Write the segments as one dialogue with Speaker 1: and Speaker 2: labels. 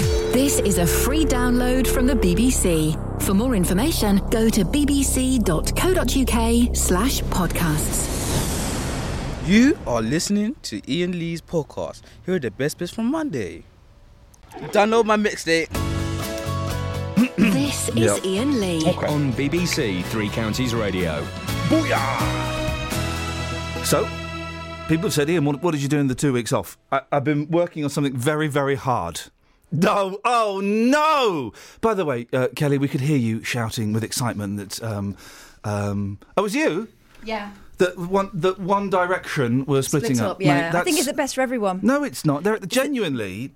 Speaker 1: This is a free download from the BBC. For more information, go to bbc.co.uk slash podcasts.
Speaker 2: You are listening to Ian Lee's podcast. Here are the best bits from Monday. Download my mixtape.
Speaker 1: this is
Speaker 2: Yep.
Speaker 1: Ian Lee.
Speaker 3: on BBC Three Counties Radio.
Speaker 4: So, people said, Ian, what, what did you do in the two weeks off? I, I've been working on something very, very hard. No, oh no! By the way, uh, Kelly, we could hear you shouting with excitement that, um, um, oh, it was you?
Speaker 5: Yeah.
Speaker 4: That one, that One Direction were splitting
Speaker 5: Split
Speaker 4: up.
Speaker 5: up, yeah.
Speaker 4: Mate,
Speaker 5: I think
Speaker 4: that's-
Speaker 5: is it best for everyone?
Speaker 4: No, it's not. There, genuinely,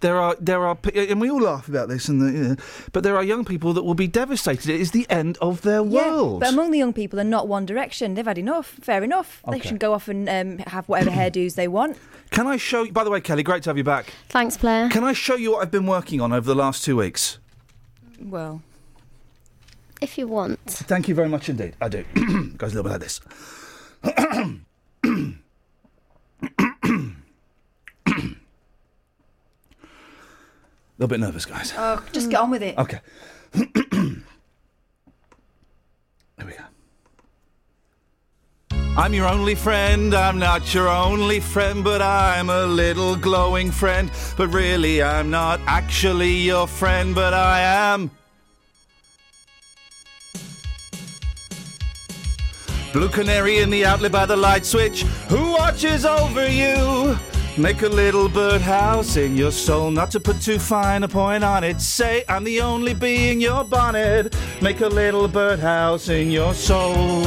Speaker 4: there are there are, p- and we all laugh about this, and the, yeah, but there are young people that will be devastated. It is the end of their world.
Speaker 5: But among the young people, they're not One Direction. They've had enough. Fair enough. They
Speaker 4: Okay.
Speaker 5: should go off and um, have whatever hairdos they want.
Speaker 4: Can I show? you By the way, Kelly, great to have you back.
Speaker 6: Thanks, Blair.
Speaker 4: Can I show you what I've been working on over the last two weeks?
Speaker 5: Well,
Speaker 6: If you want.
Speaker 4: Thank you very much indeed. I do. Goes a little bit like this. little bit nervous, guys.
Speaker 5: oh, just get on with it.
Speaker 4: Okay. There we go. I'm your only friend, I'm not your only friend, but I'm a little glowing friend. But really, I'm not actually your friend, but I am. Blue canary in the outlet by the light switch. Who watches over you? Make a little birdhouse in your soul, not to put too fine a point on it. Say, I'm the only bee in your bonnet. Make a little birdhouse in your soul.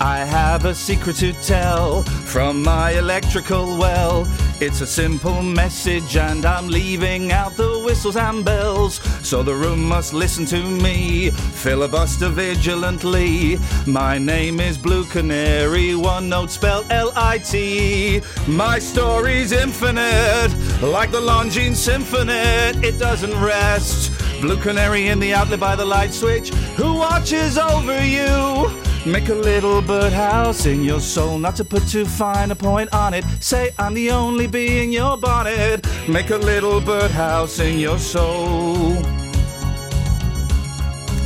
Speaker 4: I have a secret to tell from my electrical well. It's a simple message, and I'm leaving out the whistles and bells. So the room must listen to me, filibuster vigilantly. My name is Blue Canary, one note spell L I T E. My story's infinite, like the Longines Symphony. It doesn't rest. Blue Canary in the outlet by the light switch. Who watches over you? Make a little birdhouse in your soul, not to put too fine a point on it. Say, I'm the only bee in your bonnet. Make a little birdhouse in your soul.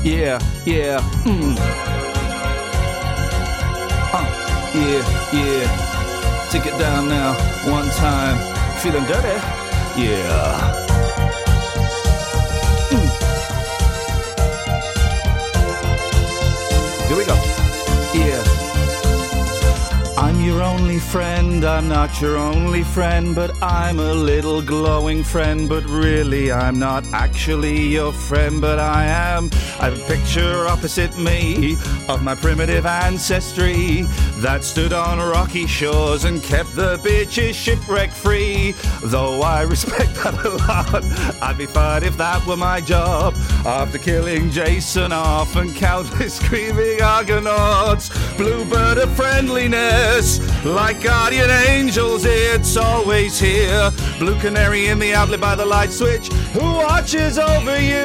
Speaker 4: Yeah, yeah, mm. Uh, yeah, yeah. Take it down now, one time. Feeling dirty? Yeah. Here we go. Yeah. I'm your only friend, I'm not your only friend, but I'm a little glowing friend, but really I'm not actually your friend, but I am. I have a picture opposite me of my primitive ancestry that stood on rocky shores and kept the bitches shipwreck free. Though I respect that a lot, I'd be fired if that were my job. After killing Jason off and countless screaming argonauts, bluebird of friendliness, like guardian angels, it's always here. Blue canary in the outlet by the light switch, who watches over you?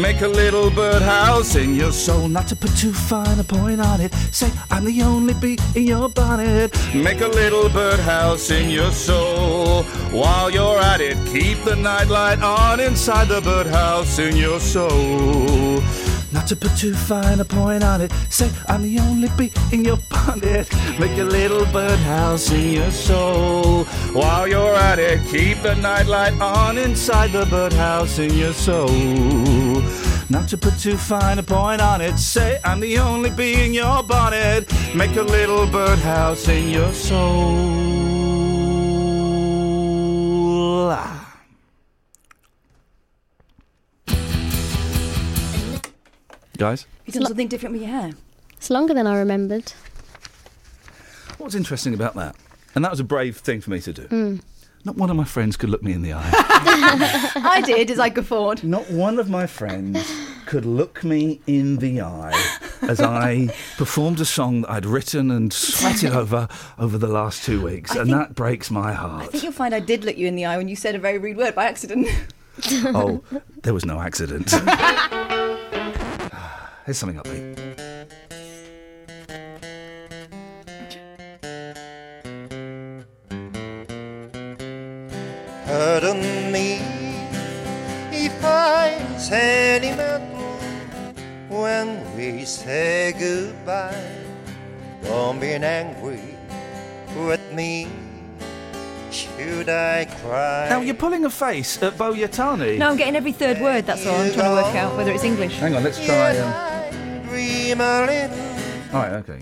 Speaker 4: Make a little birdhouse in your soul, not to put too fine a point on it. Say, I'm the only bee in your bonnet. Make a little birdhouse in your soul. While you're at it, keep the nightlight on inside the birdhouse in your soul. Not to put too fine a point on it. Say, I'm the only bee in your bonnet. Make a little birdhouse in your soul. While you're at it, keep the nightlight on inside the birdhouse in your soul. Not to put too fine a point on it. Say, I'm the only bee in your bonnet. Make a little birdhouse in your soul. Guys?
Speaker 5: You've done something different with your hair.
Speaker 6: It's longer than I remembered.
Speaker 4: What's interesting about that, and that was a brave thing for me to do. Not one of my friends could look me in the eye.
Speaker 5: I did, as I could afford.
Speaker 4: Not one of my friends could look me in the eye as I performed a song that I'd written and sweated over over the last two weeks,
Speaker 5: I
Speaker 4: and
Speaker 5: think-
Speaker 4: that breaks my
Speaker 5: I
Speaker 4: heart.
Speaker 5: think you'll find I did look you in the eye when you said a very rude word by accident.
Speaker 4: Oh, there was no accident. Here's something upbeat.
Speaker 7: Pardon me if I sentimental when we say goodbye. Don't be angry with me. Should I cry?
Speaker 4: Now, you're pulling a face at Boyatani.
Speaker 5: No, I'm getting every third word, that's all. I'm trying to work out whether it's English.
Speaker 4: Hang on, let's try.
Speaker 7: Yet
Speaker 4: Um...
Speaker 7: I dream a little.
Speaker 4: All right, okay.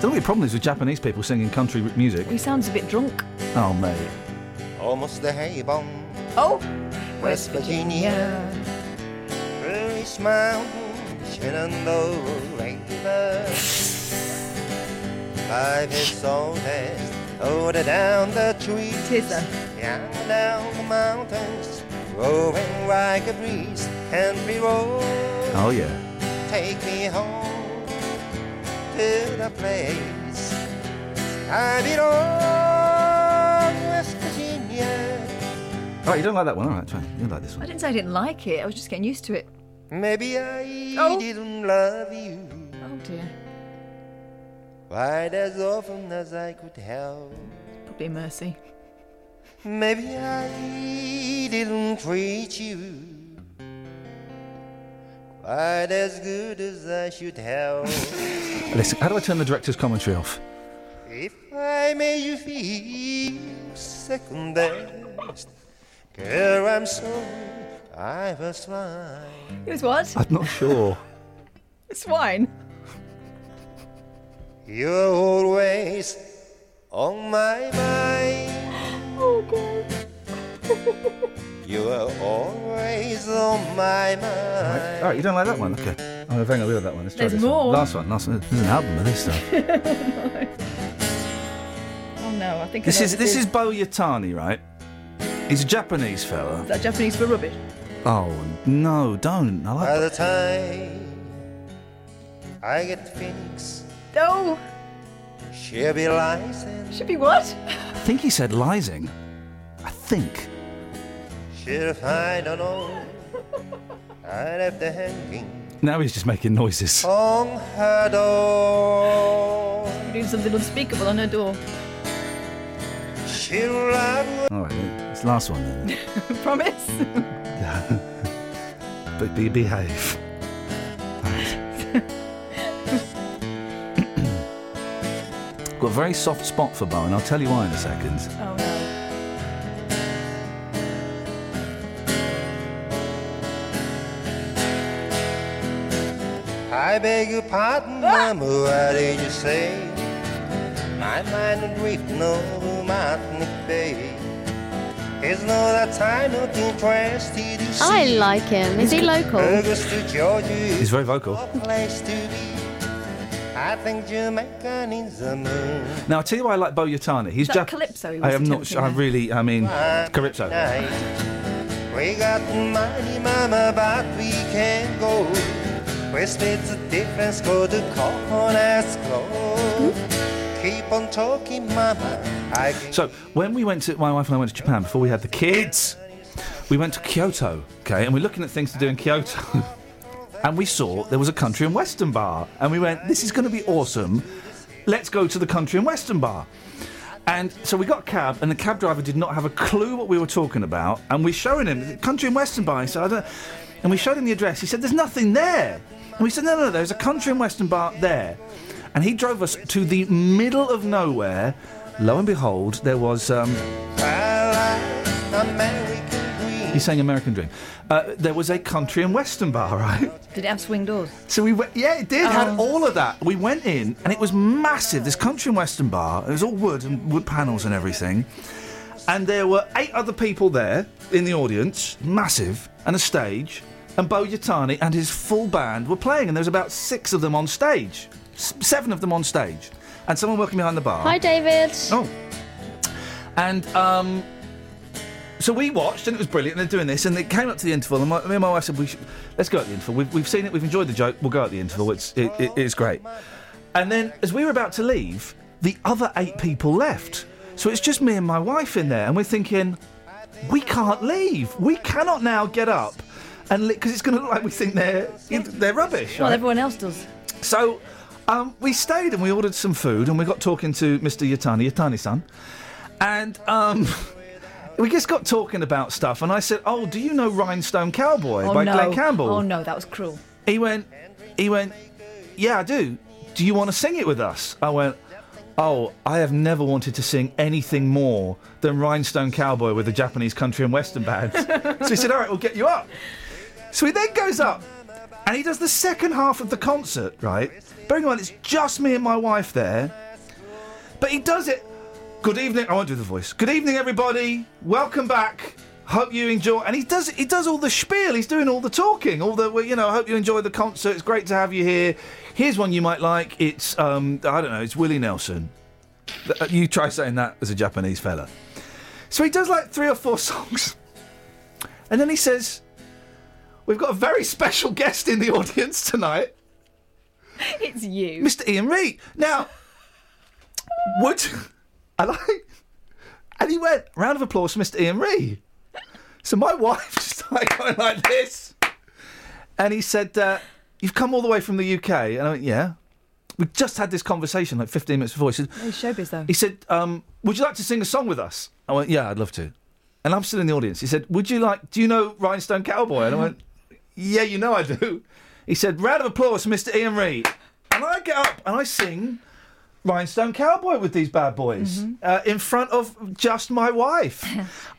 Speaker 4: The only problem is with Japanese people singing country r- music.
Speaker 5: He sounds a bit drunk.
Speaker 4: Oh, mate.
Speaker 7: Almost the Avon,
Speaker 5: Oh!
Speaker 7: West Virginia. Bruce Mountain, Shenandoah River. Life is so fast, older down the trees.
Speaker 5: Tis a-
Speaker 7: Young down the mountains, growing like a breeze. Country road,
Speaker 4: Oh, yeah.
Speaker 7: take me home to the place. I belong, West Virginia.
Speaker 4: All right, you don't like that one. All right, try. You like this
Speaker 5: I
Speaker 4: one.
Speaker 5: didn't say I didn't like it, I was just getting used to it.
Speaker 7: Maybe I
Speaker 5: Oh.
Speaker 7: didn't love you
Speaker 5: Oh dear.
Speaker 7: quite as often as I could help.
Speaker 5: Probably mercy.
Speaker 7: Maybe I didn't treat you quite as good as I should have.
Speaker 4: Listen, how do I turn the director's commentary off?
Speaker 7: if I made you feel second best, girl, I'm sorry, I was lying.
Speaker 5: It was what?
Speaker 4: I'm not sure.
Speaker 5: Swine.
Speaker 7: You're always on my mind.
Speaker 5: Oh god.
Speaker 7: You are always on my
Speaker 4: All
Speaker 7: mind.
Speaker 4: right, you don't like that one? Okay. Oh, hang on, we got that one. Let's try
Speaker 5: There's
Speaker 4: this
Speaker 5: more.
Speaker 4: one. Last one, last one. There's an album of this stuff.
Speaker 5: Oh no, I think I
Speaker 4: this
Speaker 5: know
Speaker 4: is
Speaker 5: what
Speaker 4: this is Bo Yatani, right? He's a Japanese fella.
Speaker 5: that Japanese for rubbish.
Speaker 4: Oh no, don't. I
Speaker 7: By
Speaker 4: like.
Speaker 7: the time I get Phoenix,
Speaker 5: Oh,
Speaker 7: she'll be licensed.
Speaker 5: should be what?
Speaker 4: I think he said Lysing. I think.
Speaker 7: She'll find an old. I left the hanging
Speaker 4: Now he's just making noises.
Speaker 5: Oh.
Speaker 7: on her door.
Speaker 5: Doing something unspeakable on her door.
Speaker 7: She'll love
Speaker 4: All right, it's the last one then.
Speaker 5: Promise.
Speaker 4: but be behave. All right. Got a very soft spot for Bo, and I'll tell you why in a second.
Speaker 5: Oh no.
Speaker 7: I beg your pardon,
Speaker 6: Ah!
Speaker 7: mama, what did you say? My mind will read no Martinique Bay. It's not that time, not interested in
Speaker 6: I
Speaker 7: see.
Speaker 6: like him. Is he local?
Speaker 7: Augusta, Georgia
Speaker 8: Oh.
Speaker 4: He's
Speaker 7: is
Speaker 4: very vocal.
Speaker 7: a place to be. I think Jamaica needs a moon.
Speaker 4: Now I tell you why I like Bo Yatani.
Speaker 5: Is
Speaker 4: He's just
Speaker 5: that Calypso he
Speaker 4: I
Speaker 5: was
Speaker 4: am not.
Speaker 5: attempting
Speaker 4: sure. I
Speaker 5: there?
Speaker 4: really. I mean, Calypso.
Speaker 7: Night. We got money, mama, but we can't go. We split the difference, go to Coconuts Club. Keep on talking, mama. I can
Speaker 4: So when we went to my wife and I went to Japan before we had the kids, we went to Kyoto. Okay, and we're looking at things to do in Kyoto. And we saw there was a country and western bar, and we went, "This is going to be awesome. Let's go to the country and western bar." And so we got a cab, and the cab driver did not have a clue what we were talking about. And we're showing him the country and western bar. He said, I don't, and we showed him the address. He said, "There's nothing there." And we said, "No, no, no. There's a country and western bar there." And he drove us to the middle of nowhere. Lo and behold, there was. Um,
Speaker 7: fly American
Speaker 4: he's
Speaker 7: dream.
Speaker 4: saying American Dream. Uh, there was a country and western bar, right?
Speaker 5: Did it have swing doors?
Speaker 4: So we went, yeah, it did. Had all of that. We went in, and it was massive. This country and western bar. It was all wood and wood panels and everything. And there were eight other people there in the audience, massive, and a stage. And Bo Yatani and his full band were playing, and there was about six of them on stage, S- seven of them on stage, and someone working behind the bar.
Speaker 6: Hi, David.
Speaker 4: Oh. And um, so we watched, and it was brilliant. And they're doing this, and it came up to the interval, and my, me and my wife said, "We should, let's go at the interval. We've, we've seen it. We've enjoyed the joke. We'll go at the interval. It's it, it, it's great." And then, as we were about to leave, the other eight people left. So it's just me and my wife in there, and we're thinking, "We can't leave. We cannot now get up." And because it's going to look like we think they're they're rubbish.
Speaker 5: Well,
Speaker 4: right?
Speaker 5: everyone else does.
Speaker 4: So um, we stayed and we ordered some food and we got talking to Mr. Yatani, Yatani san. And um, we just got talking about stuff, and I said, "Oh, do you know Rhinestone Cowboy
Speaker 5: oh,
Speaker 4: by
Speaker 5: no.
Speaker 4: Glenn Campbell?"
Speaker 5: Oh no, that was cruel.
Speaker 4: He went, he went, yeah, I do. Do you want to sing it with us? I went, oh, I have never wanted to sing anything more than Rhinestone Cowboy with the Japanese country and western bands. so he said, all right, we'll get you up. So he then goes up and he does the second half of the concert, right? Bearing in mind, it's just me and my wife there. But he does it. Good evening. I won't do the voice. Good evening, everybody. Welcome back. Hope you enjoy. And he does. He does all the spiel. He's doing all the talking. All the well, you know. Hope you enjoy the concert. It's great to have you here. Here's one you might like. It's um. I don't know. It's Willie Nelson. Th- uh, You try saying that as a Japanese fella. So he does like three or four songs, and then he says, "We've got a very special guest in the audience tonight."
Speaker 5: It's you.
Speaker 4: Mr. Ian Reid. Now, would and I and he went round of applause for Mr. Ian Reid. So my wife started going like this, and he said, uh, "You've come all the way from the UK," and I went, "Yeah." We just had this conversation like 15 minutes before. He said,
Speaker 5: He's showbiz though.
Speaker 4: he said, um, "Would you like to sing a song with us?" I went, "Yeah, I'd love to." And I'm still in the audience. He said, "Would you like? Do you know Rhinestone Cowboy?" And I went, "Yeah, you know I do." He said, "Round of applause, for Mr. Ian Reid." And I get up and I sing Rhinestone Cowboy with these bad boys uh, in front of just my wife.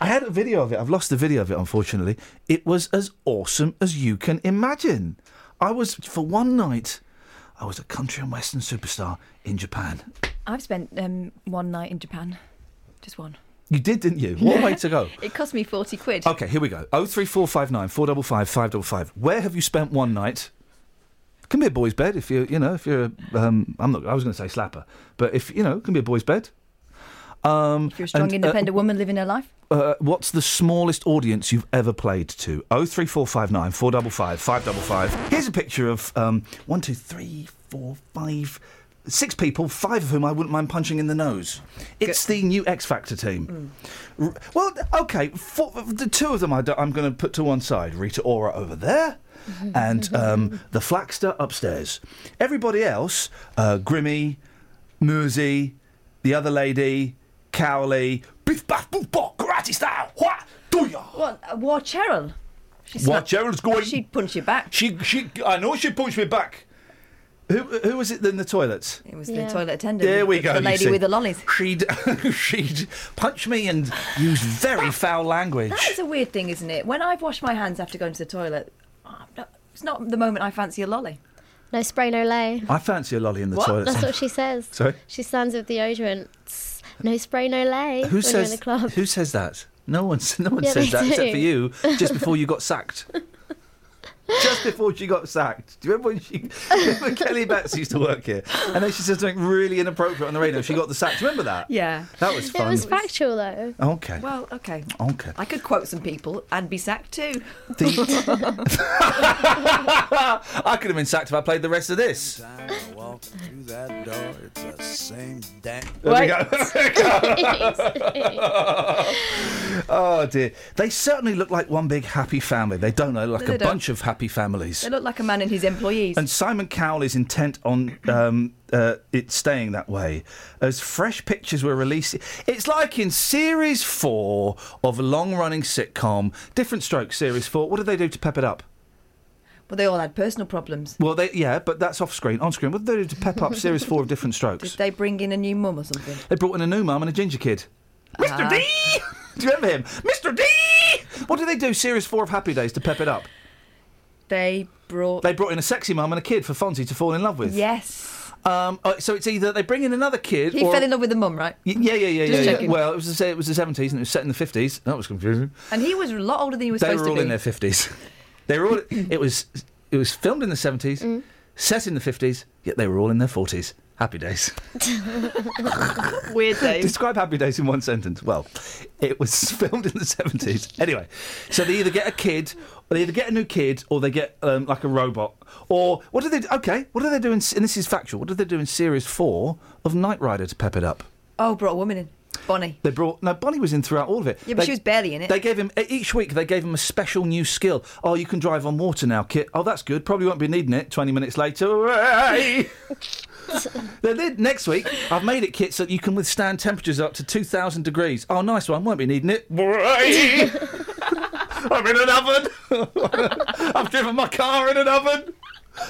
Speaker 4: I had a video of it. I've lost the video of it, unfortunately. It was as awesome as you can imagine. I was for one night. I was a country and western superstar in Japan.
Speaker 5: I've spent um, one night in Japan, just one.
Speaker 4: You did, didn't you? What a way to go.
Speaker 5: It cost me forty quid.
Speaker 4: Okay, here we go. 03459 455 555. Where have you spent one night? Can be a boy's bed if you you know if you're a, um I'm not I was going to say slapper, but if you know, it can be a boy's bed. Um
Speaker 5: If you're a strong,
Speaker 4: and, uh,
Speaker 5: independent woman living her life,
Speaker 4: uh, what's the smallest audience you've ever played to? 03459 455 555. Here's a picture of um, one, two, three, four, five, six people, five of whom I wouldn't mind punching in the nose. It's the new X Factor team. R- well, okay, four, the two of them I am going to put to one side Rita Ora over there. And um, the Flaxter upstairs. Everybody else, uh, Grimmy, Mursey, the other lady, Cowley, biff baff boof bop, karate style, what do ya?
Speaker 5: what? uh, War Cheryl. She's
Speaker 4: War
Speaker 5: not-
Speaker 4: Cheryl's going-
Speaker 5: She'd punch you back.
Speaker 4: She, she, I know she punched me back. Who, who was it in the toilets?
Speaker 5: It was
Speaker 6: Yeah.
Speaker 5: the toilet attendant.
Speaker 4: There we go.
Speaker 5: The
Speaker 4: you
Speaker 5: lady
Speaker 4: see.
Speaker 5: with the lollies.
Speaker 4: She'd, she'd punch me and use very foul language.
Speaker 5: That is a weird thing, isn't it? When I've washed my hands after going to the toilet, oh, no, it's not the moment I fancy a lolly.
Speaker 6: No spray, no lay.
Speaker 4: I fancy a lolly in the
Speaker 5: What?
Speaker 4: toilet.
Speaker 6: That's what she says.
Speaker 4: Sorry?
Speaker 6: She stands with deodorants. No spray, no lay.
Speaker 4: who
Speaker 6: when you're in
Speaker 4: says
Speaker 6: the club?
Speaker 4: who says that? No one, s- no one
Speaker 6: Yeah,
Speaker 4: says
Speaker 6: they
Speaker 4: that except for
Speaker 6: do.
Speaker 4: you. Just before you got sacked. Just before she got sacked. Do you remember when she remember Kelly Betts used to work here? And then she said something really inappropriate on the radio. She got the sack. Do you remember that?
Speaker 5: Yeah.
Speaker 4: That was
Speaker 6: It
Speaker 4: fun.
Speaker 6: was factual though.
Speaker 4: okay.
Speaker 5: Well, okay.
Speaker 4: Okay.
Speaker 5: I could quote some people and be sacked too.
Speaker 4: The- I could have been sacked if I played the rest of this. There we go. oh dear. They certainly look like one big happy family. They don't. They look like
Speaker 5: No,
Speaker 4: a
Speaker 5: they don't.
Speaker 4: bunch of happy families.
Speaker 5: They look like a man and his employees.
Speaker 4: And Simon Cowell is intent on um, uh, it staying that way. As fresh pictures were released, it's like in series four of a long running sitcom, Different Strokes series four. What did they do to pep it up?
Speaker 5: but they all had personal problems.
Speaker 4: Well, they, yeah, but that's off screen. On screen, what did they do to pep up series four of Different
Speaker 5: Did
Speaker 4: Strokes?
Speaker 5: they bring in a new mum or something?
Speaker 4: They brought in a new mum and a ginger kid.
Speaker 5: Ah.
Speaker 4: Mr. D! Do you remember him? Mr. D! What did they do series four of Happy Days to pep it up?
Speaker 5: They brought.
Speaker 4: They brought in a sexy mum and a kid for Fonzie to fall in love with.
Speaker 5: yes.
Speaker 4: Um, uh, so it's either they bring in another kid
Speaker 5: He
Speaker 4: or.
Speaker 5: fell in love with the mum, right?
Speaker 4: Y- Yeah, yeah, yeah,
Speaker 5: Just
Speaker 4: yeah, yeah.
Speaker 5: checking.
Speaker 4: Well, it was the sa- it was the seventies and it was set in the fifties. That was confusing.
Speaker 5: And he was a lot older than he was
Speaker 4: They
Speaker 5: supposed
Speaker 4: were all
Speaker 5: to
Speaker 4: in
Speaker 5: be.
Speaker 4: their fifties. they were all. It was it was filmed in the seventies,
Speaker 5: Mm.
Speaker 4: set in the fifties. Yet they were all in their forties. Happy days.
Speaker 5: Weird days.
Speaker 4: Describe Happy Days in one sentence. Well, it was filmed in the seventies. Anyway, so they either get a kid, or they either get a new kid, or they get um, like a robot, or what do they? do- Okay, what do they do? In, and this is factual. What do they do in series four of Knight Rider to pep it up?
Speaker 5: Oh, brought a woman in. Bonnie.
Speaker 4: They brought no. Bonnie was in throughout all of it.
Speaker 5: Yeah, but
Speaker 4: They-
Speaker 5: she was barely in it.
Speaker 4: They gave him e, each week. They gave him a special new skill. Oh, you can drive on water now, Kit. Oh, that's good. Probably won't be needing it. Twenty minutes later. Hooray! They did. Next week, I've made it, Kit, so that you can withstand temperatures up to two thousand degrees. Oh, nice one. Won't be needing it. Hooray! I'm in an oven. I've driven my car in an oven.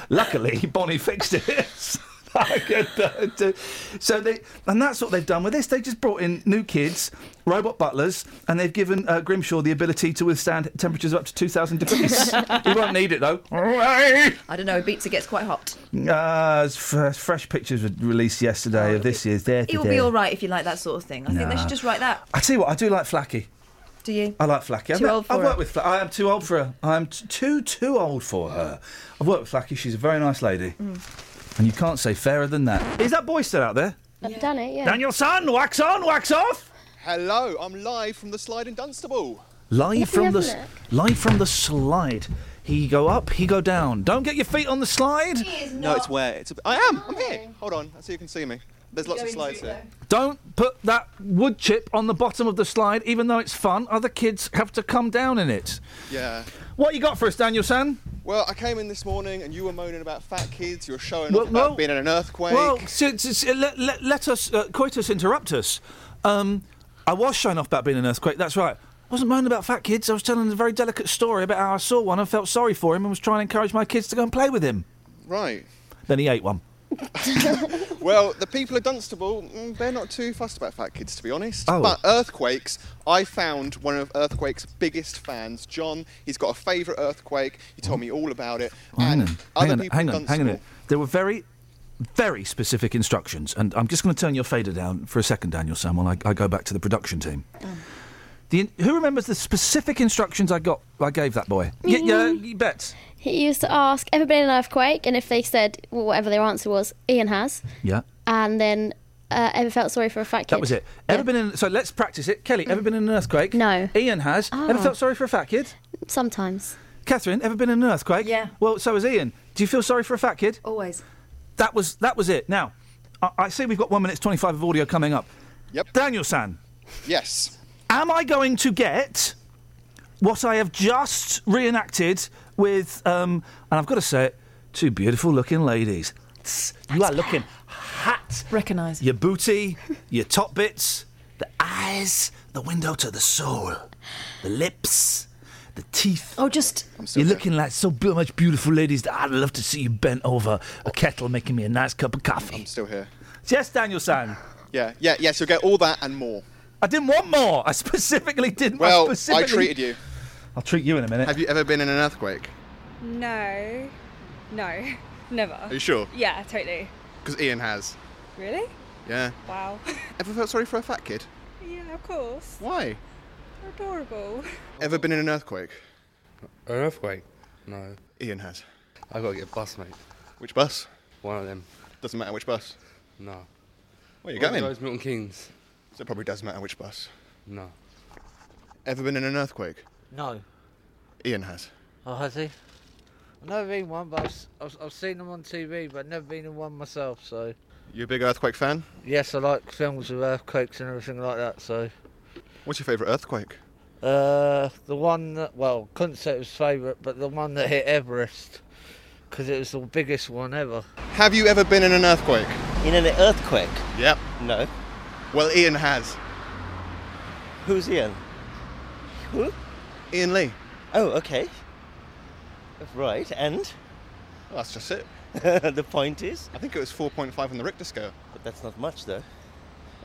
Speaker 4: Luckily, Bonnie fixed it. So I get that too. so they, and that's what they've done with this. They just brought in new kids, robot butlers, and they've given uh, Grimshaw the ability to withstand temperatures up to 2,000 degrees. he won't need it though.
Speaker 5: I don't know. Ibiza gets quite hot.
Speaker 4: Uh, as f- fresh pictures were released yesterday of this year's There
Speaker 5: It will be all right if you like that sort of thing. I think they should just write that.
Speaker 4: I tell you what, I do like Flacky.
Speaker 5: Do you?
Speaker 4: I like Flacky. I've,
Speaker 5: Too
Speaker 4: met-
Speaker 5: old for
Speaker 4: I've worked
Speaker 5: her.
Speaker 4: with Flacky. I am too old for her. I am t- too, too old for her. I've worked with Flacky. She's a very nice lady. And you can't say fairer than that. Is that boy still out there?
Speaker 6: I've done it, yeah.
Speaker 4: Daniel Sun, wax on, wax off.
Speaker 9: Hello, I'm live from the slide in Dunstable.
Speaker 4: Live
Speaker 6: Let me
Speaker 4: from
Speaker 6: have
Speaker 4: the
Speaker 6: a
Speaker 4: s-
Speaker 6: look.
Speaker 4: live from the slide. He go up, he go down. Don't get your feet on the slide.
Speaker 9: No, it's where. It's. A, I am. I'm here. Hold on. I see you can see me. There's lots of slides here.
Speaker 4: Don't put that wood chip on the bottom of the slide, even though it's fun. Other kids have to come down in it.
Speaker 9: Yeah.
Speaker 4: What you got for us, Daniel San?
Speaker 9: Well, I came in this morning and you were moaning about fat kids. You were showing
Speaker 4: Well,
Speaker 9: off about
Speaker 4: well-
Speaker 9: being in an earthquake.
Speaker 4: Well, s- s- s- let, let- let us, uh, coitus interruptus. Um, I was shown off about being an earthquake, that's right. I wasn't moaning about fat kids, I was telling a very delicate story about how I saw one and felt sorry for him and was trying to encourage my kids to go and play with him.
Speaker 9: right.
Speaker 4: Then he ate one.
Speaker 9: Well, the people of Dunstable, mm, they're not too fussed about fat kids, to be honest.
Speaker 4: Oh.
Speaker 9: But earthquakes, I found one of Earthquake's biggest fans, John. He's got a favourite earthquake. He told me all about it.
Speaker 4: hang
Speaker 9: and
Speaker 4: on,
Speaker 9: other
Speaker 4: hang on,
Speaker 9: people
Speaker 4: hang
Speaker 9: of
Speaker 4: on, hang on. a
Speaker 9: Dunstable-
Speaker 4: minute. There were very, very specific instructions, and I'm just going to turn your fader down for a second, Daniel Sam, while I, I go back to the production team. The in- who remembers the specific instructions I got? I gave that boy. Yeah,
Speaker 10: Mm-hmm.
Speaker 4: yeah, you bet.
Speaker 6: He used to ask everybody in an earthquake, and if they said well, whatever their answer was, Ian has,
Speaker 4: Yeah.
Speaker 6: and then uh, ever felt sorry for a fat kid.
Speaker 4: That was it. Ever been in? So let's practice it. Kelly, ever been in an earthquake?
Speaker 6: Mm. No.
Speaker 4: Ian has. Ever
Speaker 6: Ah.
Speaker 4: felt sorry for a fat kid?
Speaker 6: Sometimes.
Speaker 4: Catherine, ever been in an earthquake?
Speaker 5: Yeah.
Speaker 4: Well, so has Ian. Do you feel sorry for a fat kid?
Speaker 5: Always.
Speaker 4: That was that was it. Now, I, I see we've got one minute twenty-five of audio coming up.
Speaker 9: Yep.
Speaker 4: Daniel San,
Speaker 9: Yes.
Speaker 4: am I going to get what I have just reenacted with? Um, and I've got to say it, two beautiful-looking ladies. Tss, You are looking hot.
Speaker 5: Recognise.
Speaker 4: Your booty, your top bits, the eyes, the window to the soul, the lips, the teeth.
Speaker 5: Oh, just
Speaker 9: so
Speaker 4: You're
Speaker 9: good.
Speaker 4: looking like so bu- much beautiful, ladies. that I'd love to see you bent over a kettle making me a nice cup of coffee.
Speaker 9: Still here.
Speaker 4: Yes, Daniel San.
Speaker 9: Yeah, yeah, yes, you'll get all that and more.
Speaker 4: I didn't want more. I specifically didn't.
Speaker 9: Well,
Speaker 4: I,
Speaker 9: I
Speaker 4: specifically...
Speaker 9: treated you.
Speaker 4: I'll treat you in a minute.
Speaker 9: Have you ever been in an earthquake?
Speaker 3: No, no, never.
Speaker 9: Are you sure?
Speaker 3: Yeah, totally.
Speaker 9: Because Ian has.
Speaker 3: Really?
Speaker 9: Yeah.
Speaker 3: Wow.
Speaker 9: Ever felt sorry for a fat kid?
Speaker 3: yeah, of course.
Speaker 9: Why?
Speaker 3: They're adorable.
Speaker 9: Ever been in an earthquake?
Speaker 8: An earthquake? No.
Speaker 9: Ian has.
Speaker 8: I gotta get a bus, mate.
Speaker 9: Which bus?
Speaker 8: One of them.
Speaker 9: Doesn't matter which bus.
Speaker 8: No.
Speaker 9: Where you
Speaker 8: One of
Speaker 9: going?
Speaker 8: those Milton Keynes?
Speaker 9: So it probably does matter which bus.
Speaker 8: No.
Speaker 9: Ever been in an earthquake?
Speaker 10: No.
Speaker 9: Ian has.
Speaker 10: Oh, has he? I've never been in one, but I've, s- I've, I've seen them on TV, but never been in one myself, so.
Speaker 9: You a big earthquake fan?
Speaker 10: Yes, I like films with earthquakes and everything like that, so.
Speaker 9: What's your favourite earthquake?
Speaker 10: Uh, the one that, well, couldn't say it was favourite, but the one that hit Everest, because it was the biggest one ever.
Speaker 9: Have you ever been in an earthquake?
Speaker 10: In an earthquake?
Speaker 9: Yep.
Speaker 10: No.
Speaker 9: Well, Ian has.
Speaker 10: Who's Ian? Who?
Speaker 9: Ian Lee.
Speaker 10: Oh, okay. Right, and?
Speaker 9: Well, that's just it.
Speaker 10: the point is?
Speaker 9: I think it was 4.5 on the Richter scale.
Speaker 10: But that's not much, though.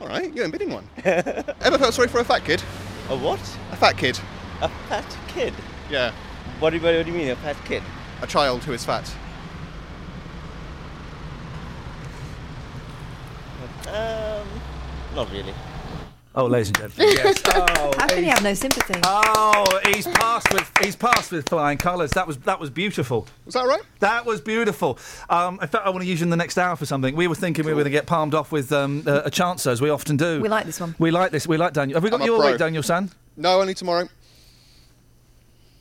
Speaker 9: All right, you ain't been in one. Ever felt sorry for a fat kid?
Speaker 10: A what?
Speaker 9: A fat kid.
Speaker 10: A fat kid.
Speaker 9: Yeah.
Speaker 10: What do, you, what do you mean, a fat kid?
Speaker 9: A child who is fat.
Speaker 10: Um, not really.
Speaker 4: Oh, ladies and gentlemen. yes. Oh,
Speaker 5: how can you
Speaker 4: he's-
Speaker 5: have no sympathy?
Speaker 4: Oh, he's passed with he's passed with flying colours. That was that was beautiful.
Speaker 9: Was that right?
Speaker 4: That was beautiful. Um, in fact, I want to use you in the next hour for something. We were thinking we were going to get palmed off with um, a, a chance, as we often do.
Speaker 5: We like this one.
Speaker 4: We like this. We like Daniel. Have we got
Speaker 9: I'm a
Speaker 4: your
Speaker 9: pro.
Speaker 4: week, Daniel San?
Speaker 9: No, only tomorrow.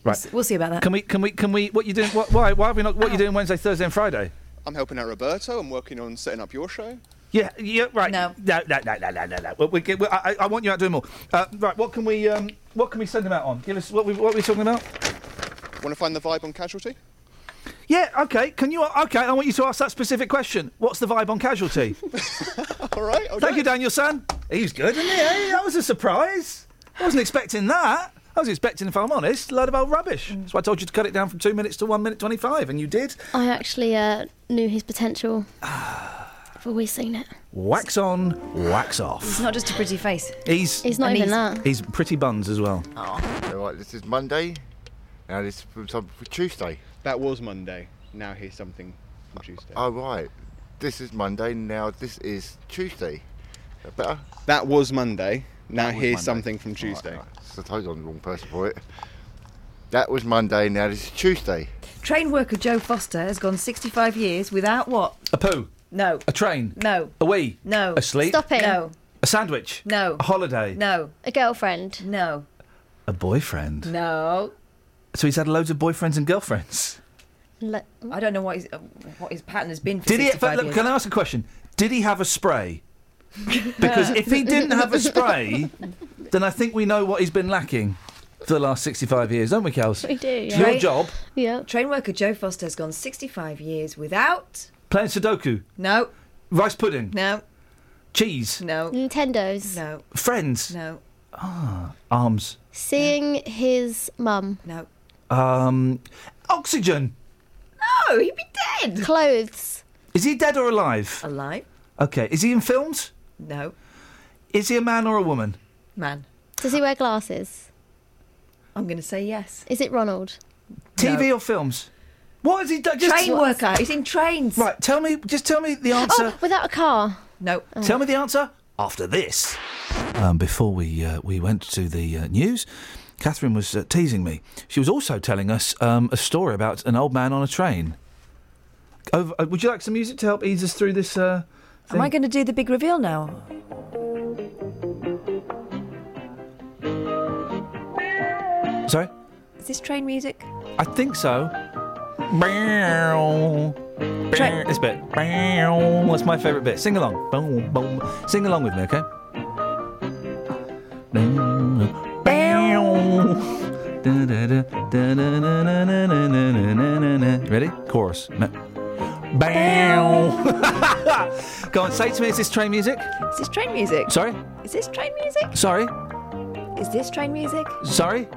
Speaker 4: Right.
Speaker 5: We'll see about that.
Speaker 4: Can we? Can we? Can we? What you doing? What, why? Why have we not? What you doing Wednesday, Thursday, and Friday?
Speaker 9: I'm helping out Roberto. I'm working on setting up your show.
Speaker 4: Yeah, yeah, right. No, no, no, no, no, no, no. no. We, we, get- we, I, I- I want you out doing more. Uh, right, what can we um, what can we send them out on? Give us what we what are we talking about?
Speaker 9: Want to find the vibe on Casualty?
Speaker 4: Yeah, okay. Can you? Okay, I want you to ask that specific question. What's the vibe on Casualty?
Speaker 9: All right.
Speaker 4: Thank you, Daniel San. He's good, isn't he? Hey, that was a surprise. I wasn't expecting that. I was expecting, if I'm honest, a load of old rubbish.
Speaker 5: Mm.
Speaker 4: That's why I told you to cut it down from two minutes to one minute twenty-five, and you did.
Speaker 6: I actually uh, knew his potential. I've always seen it.
Speaker 4: Wax on, wax off.
Speaker 5: It's not just a pretty face.
Speaker 4: He's
Speaker 6: He's not
Speaker 5: And
Speaker 6: even
Speaker 5: he's-
Speaker 6: that.
Speaker 4: He's pretty buns as well.
Speaker 8: Right, this is Monday. Now this is from some- for Tuesday.
Speaker 9: That was Monday. Now here's something from Tuesday.
Speaker 8: Oh right, this is Monday. Now this is Tuesday. Is that better.
Speaker 9: That was Monday. Now
Speaker 8: That was
Speaker 9: here's
Speaker 8: Monday.
Speaker 9: something from Tuesday.
Speaker 8: Suppose I'm the wrong person for it. That was Monday. Now this is Tuesday.
Speaker 5: Train worker Joe Foster has gone 65 years without what?
Speaker 4: A poo,
Speaker 5: No.
Speaker 4: a train,
Speaker 5: No.
Speaker 4: a wee,
Speaker 5: No.
Speaker 4: a sleep,
Speaker 5: Stop it. No.
Speaker 4: a sandwich,
Speaker 5: No.
Speaker 4: a holiday,
Speaker 5: No.
Speaker 6: A girlfriend.
Speaker 5: No.
Speaker 4: a boyfriend.
Speaker 5: No.
Speaker 4: So he's had loads of boyfriends and girlfriends.
Speaker 5: I don't know what his, uh, what his pattern has been for
Speaker 4: Did he?
Speaker 5: 65
Speaker 4: Look,
Speaker 5: years.
Speaker 4: can I ask a question? Did he have a spray? Because if he didn't have a spray, then I think we know what he's been lacking for the last 65 years, don't we, Kels?
Speaker 6: We do.
Speaker 4: It's
Speaker 6: Yeah.
Speaker 4: your job
Speaker 6: Yeah.
Speaker 5: Train worker Joe Foster has gone 65 years without.
Speaker 4: playing Sudoku,
Speaker 5: No.
Speaker 4: rice pudding,
Speaker 5: No.
Speaker 4: cheese,
Speaker 5: No.
Speaker 6: Nintendo's.
Speaker 5: No.
Speaker 4: friends,
Speaker 5: No.
Speaker 4: ah, arms,
Speaker 6: Seeing his mum.
Speaker 5: No.
Speaker 4: um, oxygen.
Speaker 5: No, he'd be dead.
Speaker 6: Clothes.
Speaker 4: Is he dead or alive?
Speaker 5: Alive.
Speaker 4: Okay. Is he in films?
Speaker 5: No.
Speaker 4: Is he a man or a woman?
Speaker 5: Man.
Speaker 6: Does he wear glasses?
Speaker 5: I'm going to say yes.
Speaker 6: Is it Ronald?
Speaker 4: TV or films? What has he done? Just-
Speaker 5: Train worker. He's in trains.
Speaker 4: Right. Tell me. Just tell me the answer.
Speaker 6: Oh, without a car. Oh.
Speaker 5: No.
Speaker 4: Tell me the answer after this. Um, before we uh, we went to the uh, news, Catherine was uh, teasing me. She was also telling us um, a story about an old man on a train. Over, uh, would you like some music to help ease us through this? Uh,
Speaker 5: Am I going to do the big reveal now?
Speaker 4: Sorry,
Speaker 5: Is this train music?
Speaker 4: I think so. Bow. Bow. This bit. Bow. That's my favourite bit. Sing along. Boom, boom. Sing along with me, okay? Ready? Chorus. Bow. Go on, say to me, is this train music?
Speaker 5: Is this train music?
Speaker 4: Sorry?
Speaker 5: Is this train music?
Speaker 4: Sorry?
Speaker 5: Is this train music?
Speaker 4: Sorry?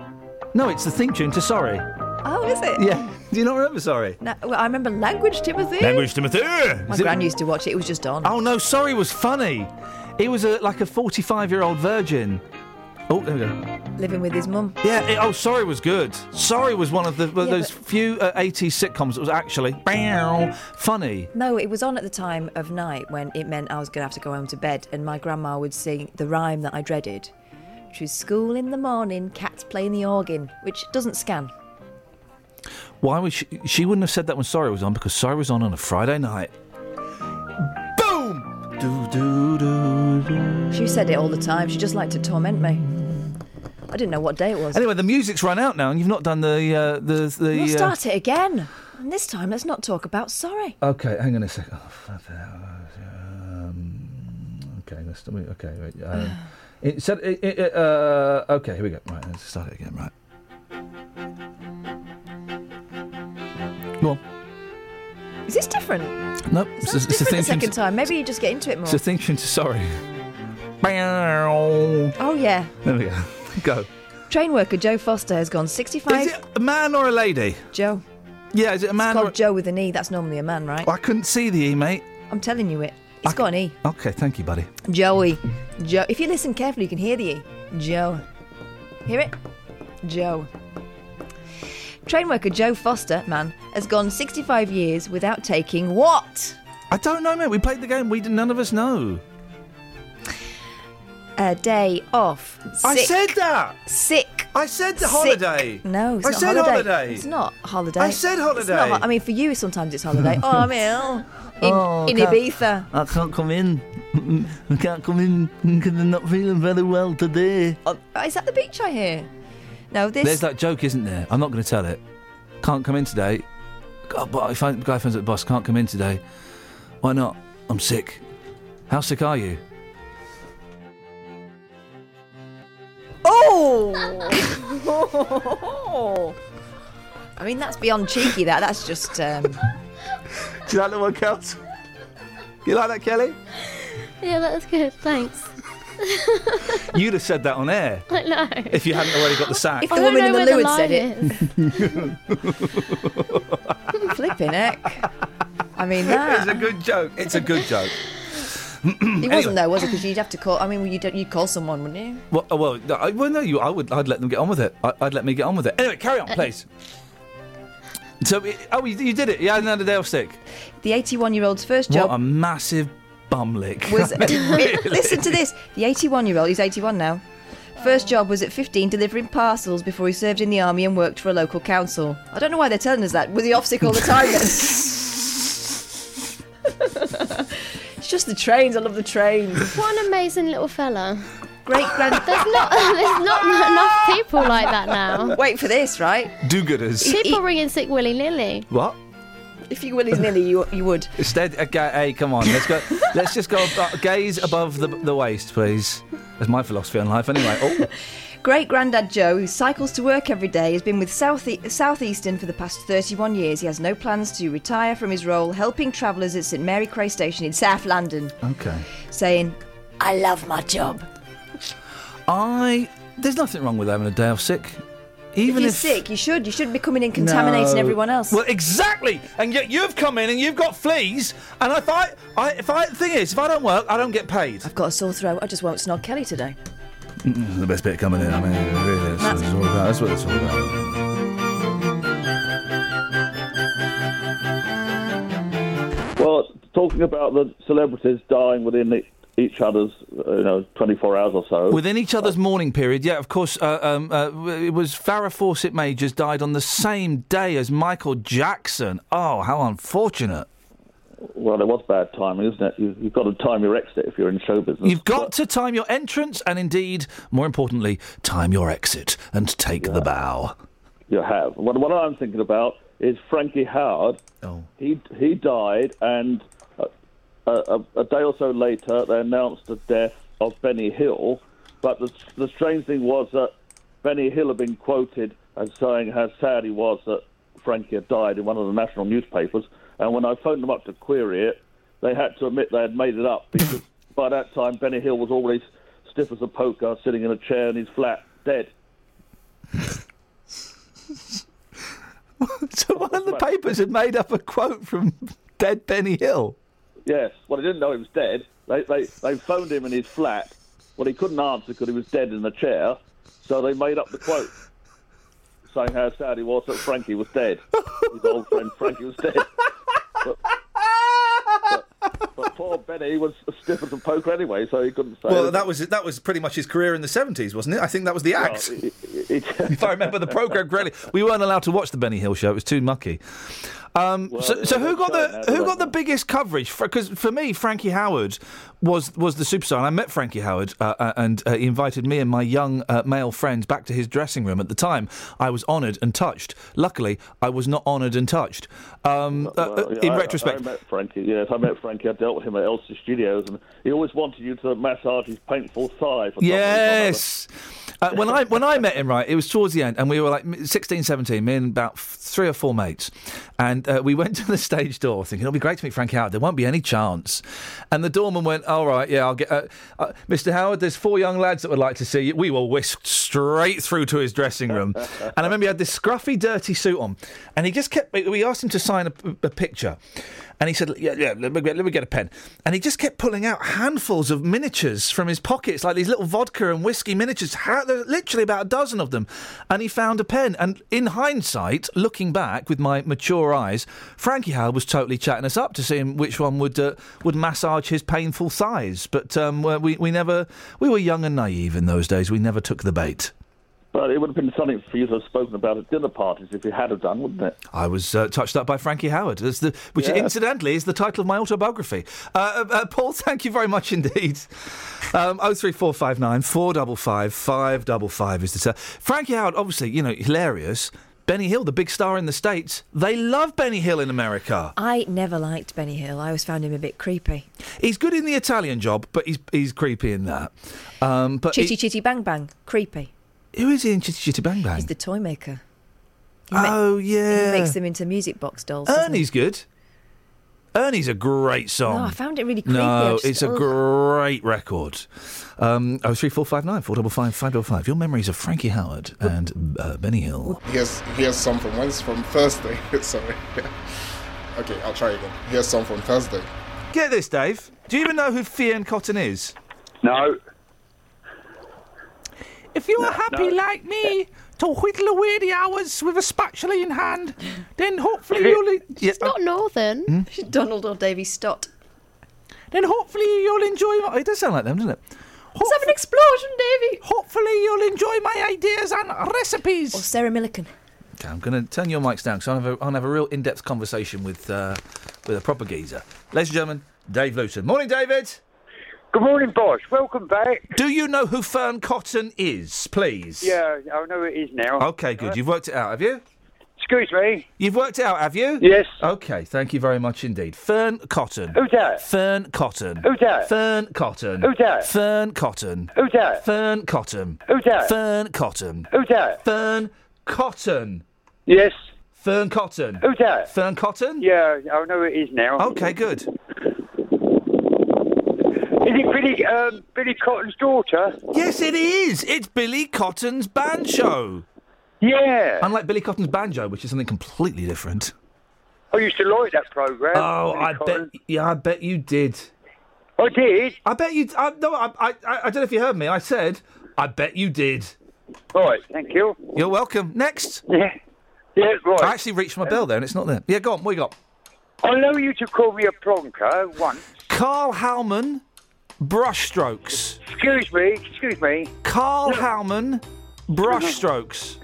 Speaker 4: No, it's the theme tune to Sorry.
Speaker 5: Oh, is it?
Speaker 4: Yeah. Do you not remember Sorry?
Speaker 5: No, well, I remember Language Timothy.
Speaker 4: Timothy!
Speaker 5: My gran used to watch it. It was just on.
Speaker 4: Oh no, sorry was funny. He was a, like a 45 year old virgin. Oh, there we go.
Speaker 5: Living with his mum.
Speaker 4: Yeah, it, oh, sorry was good. Sorry was one of the well,
Speaker 5: Yeah,
Speaker 4: those
Speaker 5: but-
Speaker 4: few uh, 80s sitcoms that was actually meow, funny.
Speaker 5: No, it was on at the time of night when it meant I was going to have to go home to bed, and my grandma would sing the rhyme that I dreaded, which was "School in the morning, cats playing the organ," which doesn't scan.
Speaker 4: Why was she, she wouldn't have said that when Sorry was on because Sorry was on on a Friday night. Boom! Do, do, do, do.
Speaker 5: She said it all the time. She just liked to torment me. I didn't know what day it was.
Speaker 4: Anyway, the music's run out now, and you've not done the uh, the the.
Speaker 5: we'll
Speaker 4: uh,
Speaker 5: start it again, and this time let's not talk about sorry.
Speaker 4: Okay, hang on a second. Oh, flipping hell. Um, okay, let's do it. Okay, wait. Um, it said, it, it, it, uh, okay, here we go. Right, let's start it again. Right. Go on.
Speaker 5: Is this different?
Speaker 4: Nope.
Speaker 5: It's,
Speaker 4: It's, a- it's a
Speaker 5: different
Speaker 4: thing
Speaker 5: the second
Speaker 4: to,
Speaker 5: time. Maybe you just get into it more.
Speaker 4: It's a thing to sorry. There
Speaker 5: Oh yeah.
Speaker 4: we go. go.
Speaker 5: Train worker Joe Foster has gone 65.
Speaker 4: Is it a man or a lady?
Speaker 5: Joe.
Speaker 4: Yeah, is it a
Speaker 5: It's
Speaker 4: man or
Speaker 5: called Joe with an E. That's normally a man, right?
Speaker 4: I couldn't see the E, mate.
Speaker 5: I'm telling you it. It's got an E.
Speaker 4: Okay, thank you, buddy.
Speaker 5: Joey. Joe. If you listen carefully, you can hear the E. Joe. Hear it? Joe. Train worker Joe Foster, man, has gone 65 years without taking what?
Speaker 4: I don't know, mate. We played the game. We did, none of us know.
Speaker 5: A day off. Sick.
Speaker 4: I said that.
Speaker 5: Sick.
Speaker 4: I said the
Speaker 5: Sick.
Speaker 4: holiday.
Speaker 5: No, it's
Speaker 4: I
Speaker 5: not
Speaker 4: said
Speaker 5: holiday.
Speaker 4: holiday.
Speaker 5: It's not holiday.
Speaker 4: I said
Speaker 5: It's
Speaker 4: holiday.
Speaker 5: not ho- I mean, for you, sometimes it's holiday. oh, I'm ill. In,
Speaker 4: Oh,
Speaker 5: in
Speaker 4: can't-
Speaker 5: Ibiza.
Speaker 4: I can't come in. I can't come in because I'm not feeling very well today.
Speaker 5: Oh, is that the beach I hear? No, this.
Speaker 4: There's that joke, isn't there? I'm not going to tell it. Can't come in today. God, but if I, guy phones at the boss, can't come in today. Why not? I'm sick. How sick are you?
Speaker 5: Oh! I mean, that's beyond cheeky. That that's just. Um...
Speaker 4: Do you like the workout? You like that, Kelly?
Speaker 6: Yeah, that was good. Thanks.
Speaker 4: You'd have said that on air
Speaker 6: I know.
Speaker 4: if you hadn't already got the sack.
Speaker 5: If the woman in the loo had said it,
Speaker 4: Flipping
Speaker 5: heck. I mean that.
Speaker 4: It's a good joke. It's a good joke.
Speaker 5: He wasn't there, was it? Because you'd have to call. I mean, you'd you'd call someone, wouldn't you?
Speaker 4: Well, uh, well, I, well, no, you. I would. I'd let them get on with it. I, I'd let me get on with it. Anyway, carry on, please. So, it, oh, you, you did it. You had another day off sick.
Speaker 5: The 81-year-old's first job
Speaker 4: What a massive bum lick.
Speaker 5: was.
Speaker 4: I mean, really.
Speaker 5: Listen to this. The 81 year old, he's 81 now. First job was at 15 delivering parcels before he served in the army and worked for a local council. I don't know why they're telling us that. Was he off sick all the time then? it's just the trains. I love the trains.
Speaker 6: What an amazing little fella.
Speaker 5: Great grand.
Speaker 6: There's not there's not enough people like that now.
Speaker 5: Wait for this, right?
Speaker 4: Do-gooders.
Speaker 6: People ringing sick willy nilly.
Speaker 4: What?
Speaker 5: If you willy's nilly, you you would.
Speaker 4: Instead, uh, ga- hey, come on, let's go. let's just go ab- gaze above the, the waist, please. That's my philosophy on life, anyway. Oh,
Speaker 5: Great granddad Joe, who cycles to work every day, has been with South e- Southeastern for the past 31 years. He has no plans to retire from his role helping travellers at St Mary Cray Station in South London,
Speaker 4: okay.
Speaker 5: saying, "I love my job."
Speaker 4: I there's nothing wrong with having a day off sick, even
Speaker 5: if you're
Speaker 4: if,
Speaker 5: sick, you should. You shouldn't be coming in contaminating
Speaker 4: No.
Speaker 5: everyone else.
Speaker 4: Well, exactly. And yet you've come in and you've got fleas. And if I, I if I, the thing is, if I don't work, I don't get paid.
Speaker 5: I've got a sore throat. I just won't snog Kelly today.
Speaker 4: Mm, This is the best bit coming in. I mean, really, that's what it's all about. That's what it's all about.
Speaker 11: Well, talking about the celebrities dying within e- each other's, uh, you know, 24 hours or so.
Speaker 4: Within each other's mourning period, yeah, of course, uh, um, uh, w- it was Farrah Fawcett Majors died on the same day as Michael Jackson. Oh, how unfortunate.
Speaker 11: Well, it was bad timing, isn't it? You, you've got to time your exit if you're in show business.
Speaker 4: You've got to time your entrance and, indeed, more importantly, time your exit and take the bow.
Speaker 11: You have. What, what I'm thinking about is Frankie Howard.
Speaker 4: Oh.
Speaker 11: He he died, and a, a, a day or so later, they announced the death of Benny Hill. But the the strange thing was that Benny Hill had been quoted as saying how sad he was that Frankie had died in one of the national newspapers. And when I phoned them up to query it, they had to admit they had made it up because by that time Benny Hill was already stiff as a poker, sitting in a chair in his flat, dead.
Speaker 4: so one of the papers had made up a quote from dead Benny Hill.
Speaker 11: Yes. Well, they didn't know he was dead. They, they, they phoned him in his flat. Well, he couldn't answer because he was dead in the chair. So they made up the quote saying how sad he was that Frankie was dead. His old friend Frankie was dead. But, but, but poor Benny was stiff as a poker anyway, so he couldn't say.
Speaker 4: Well, that was that was pretty much his career in the seventies, wasn't it? I think that was the axe. if I remember the program correctly, we weren't allowed to watch the Benny Hill show; it was too mucky. Um, so, so who got the who got the biggest coverage? Because for, me, Frankie Howard was was the superstar. And I met Frankie Howard, uh, uh, and uh, he invited me and my young uh, male friends back to his dressing room. At the time, I was honoured and touched. Luckily, I was not honoured and touched. Um, uh, uh,
Speaker 11: Yeah,
Speaker 4: in
Speaker 11: I-
Speaker 4: retrospect,
Speaker 11: I met Frankie. Yes, I met Frankie. I dealt with him at Elster Studios, and he always wanted you to massage his painful thigh. For some reason or another.
Speaker 4: Yes. Uh, when I when I met him, right, it was towards the end, and we were like 16, 17, me and about f- three or four mates, and uh, we went to the stage door thinking it'll be great to meet Frank Howard. There won't be any chance, and the doorman went, "All right, yeah, I'll get uh, uh, Mr. Howard. There's four young lads that would like to see you." We were whisked straight through to his dressing room, and I remember he had this scruffy, dirty suit on, and he just kept. we- We asked him to sign a, a picture, and he said, "Yeah, yeah, let me, get, let me get a pen." And he just kept pulling out handfuls of miniatures from his pockets, like these little vodka and whiskey miniatures. How, there were literally about a dozen of them, and he found a pen. And in hindsight, looking back with my mature eyes, Frankie Howard was totally chatting us up to see him which one would uh, would massage his painful thighs. But um, we we never we were young and naive in those days. We never took the bait.
Speaker 11: But it would have been something for you to have spoken about at dinner parties if you had have done, wouldn't it?
Speaker 4: I was uh, touched up by Frankie Howard, That's the, which
Speaker 11: Yeah.
Speaker 4: incidentally is the title of my autobiography. Uh, uh, uh, Paul, thank you very much indeed. Um, 03459 455 555 is the. T- Frankie Howard, obviously, you know, hilarious. Benny Hill, the big star in the States, they love Benny Hill in America.
Speaker 5: I never liked Benny Hill. I always found him a bit creepy.
Speaker 4: He's good in the Italian job, but he's he's creepy in that. Um, but
Speaker 5: chitty
Speaker 4: he-
Speaker 5: chitty bang bang, creepy.
Speaker 4: who is he in Chitty Chitty Bang Bang?
Speaker 5: He's the toy maker.
Speaker 4: oh yeah,
Speaker 5: He makes them into music box dolls. doesn't he?
Speaker 4: Ernie's good. Ernie's a great song.
Speaker 5: No, I found it really creepy. I
Speaker 4: No,
Speaker 5: just- oh,
Speaker 4: it's a
Speaker 5: ugh.
Speaker 4: great record. Um, oh three four five nine four double five five double five. Your memories of Frankie Howard and uh, Benny
Speaker 9: oh.
Speaker 4: Hill.
Speaker 12: Here's here's some from when's from Thursday. Sorry. okay, I'll try again. Here's some from Thursday.
Speaker 4: Get this, Dave. Do you even know who Fionn Cotton is?
Speaker 12: No.
Speaker 13: If you were happy
Speaker 4: no.
Speaker 13: like me to whittle away the hours with a spatula in hand, then hopefully you'll.
Speaker 4: It's
Speaker 6: not northern.
Speaker 4: Hmm?
Speaker 5: Donald or Davy Stott.
Speaker 13: Then hopefully you'll enjoy. My,
Speaker 4: it does sound like them, doesn't it?
Speaker 13: Let's have an
Speaker 5: explosion, Davy. Oh,
Speaker 13: Hopefully you'll enjoy my ideas and recipes. Or
Speaker 5: Sarah Milliken.
Speaker 4: Okay, I'm going to turn your mics down because I'll, have a- I'll have a real in-depth conversation with uh, with a proper geezer. Ladies and gentlemen, Dave Luton. Morning, David.
Speaker 14: Good morning, boss. Welcome back.
Speaker 4: Do you know who Fern Cotton is, please?
Speaker 14: Yeah, I know it is now.
Speaker 4: Okay, good. You've worked it out, have you?
Speaker 14: Oh, uh, Excuse me.
Speaker 4: You've worked it out, have you?
Speaker 14: Yes.
Speaker 4: Okay, thank you very much indeed. Fern Cotton.
Speaker 14: Who's that?
Speaker 4: Fern Cotton.
Speaker 14: Who's that?
Speaker 4: Fern Cotton.
Speaker 14: Who's that?
Speaker 4: Fern Cotton.
Speaker 14: Who's that?
Speaker 4: Fern Cotton.
Speaker 14: Who's that?
Speaker 4: Fern Cotton.
Speaker 14: Who's that?
Speaker 4: Fern Cotton.
Speaker 14: Yes.
Speaker 4: Fern Cotton.
Speaker 14: Who's that?
Speaker 4: Fern Cotton?
Speaker 14: Yeah, I know it is now.
Speaker 4: Okay, good. Is
Speaker 14: it Billy, um, Billy Cotton's daughter?
Speaker 4: Yes, it is. It's Billy Cotton's banjo.
Speaker 14: Yeah.
Speaker 4: Unlike Billy Cotton's banjo, which is something completely different.
Speaker 14: I used to like that program.
Speaker 4: Oh, I bet. Yeah, I bet you did.
Speaker 14: I did.
Speaker 4: I bet you. I, no, I, I, I don't know if you heard me. I said, I bet you did.
Speaker 14: Right. Thank you.
Speaker 4: You're welcome. Next.
Speaker 14: Yeah. Yeah. Right.
Speaker 4: I actually reached for my bell there, and it's not there. Yeah, go on. What you got?
Speaker 14: I know you to call me a plonker once.
Speaker 4: Carl Howman, brushstrokes.
Speaker 14: Excuse me. Excuse me.
Speaker 4: Carl Howman, brushstrokes.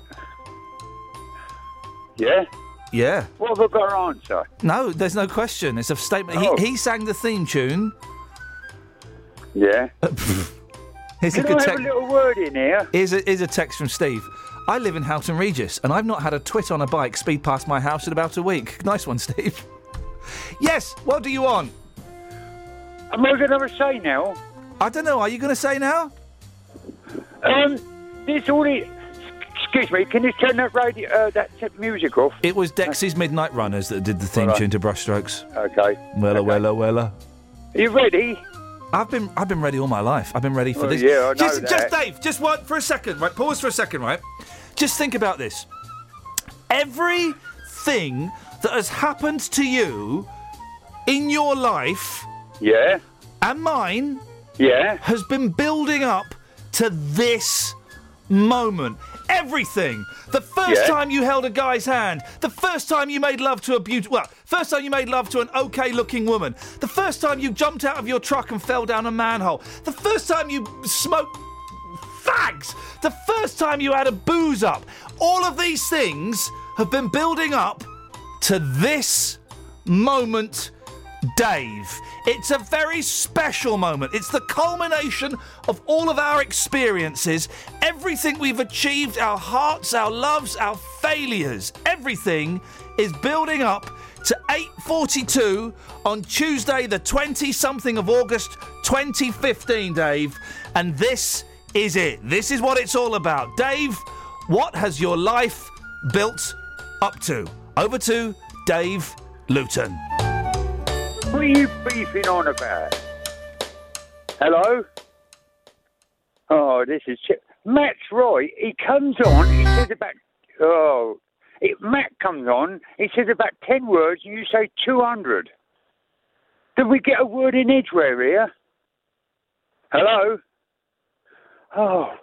Speaker 14: Yeah.
Speaker 4: Yeah.
Speaker 14: What have I got an answer?
Speaker 4: No, there's no question. It's a statement.
Speaker 14: Oh.
Speaker 4: He, he sang the theme tune.
Speaker 14: Yeah.
Speaker 4: Here's a good
Speaker 14: Can I have
Speaker 4: tech-
Speaker 14: a little word in here?
Speaker 4: Here's a, here's a text from Steve. I live in Houghton Regis, and I've not had a twit on a bike speed past my house in about a week. Nice one, Steve. Yes, what do you want?
Speaker 14: Am I going to have a say now?
Speaker 4: I don't know. Are you going to say now?
Speaker 14: Um, this all it. Excuse me. Can you turn that radio, uh, that music off?
Speaker 4: It was Dexy's Midnight Runners that did the theme
Speaker 14: All right.
Speaker 4: tune to Brushstrokes.
Speaker 14: Okay.
Speaker 4: Wella, wella, wella.
Speaker 14: Are you ready?
Speaker 4: I've been I've been ready all my life. I've been ready for
Speaker 14: Oh,
Speaker 4: this.
Speaker 14: yeah, I know
Speaker 4: just, just
Speaker 14: that.
Speaker 4: Dave, just one for a second, right? Pause for a second, right? Just think about this. Everything that has happened to you in your life,
Speaker 14: yeah,
Speaker 4: and mine,
Speaker 14: yeah,
Speaker 4: has been building up to this moment. Everything. The first
Speaker 14: Yeah.
Speaker 4: time you held a guy's hand. The first time you made love to a beautiful. Well, first time you made love to an okay looking woman. The first time you jumped out of your truck and fell down a manhole. The first time you smoked fags. The first time you had a booze up. All of these things have been building up to this moment, Dave. It's a very special moment. It's the culmination of all of our experiences, everything we've achieved, our hearts, our loves, our failures. Everything is building up to 8:42 on Tuesday the 20 something of August 2015, Dave, and this is it. This is what it's all about. Dave, what has your life built up to? Over to Dave Luton.
Speaker 14: What are you beefing on about? Hello? Oh, this is shit. Matt's right. He comes on, he says about. Oh. It, Matt comes on, he says about 10 words, and you say 200. Did we get a word in edgeware here? Hello? Oh.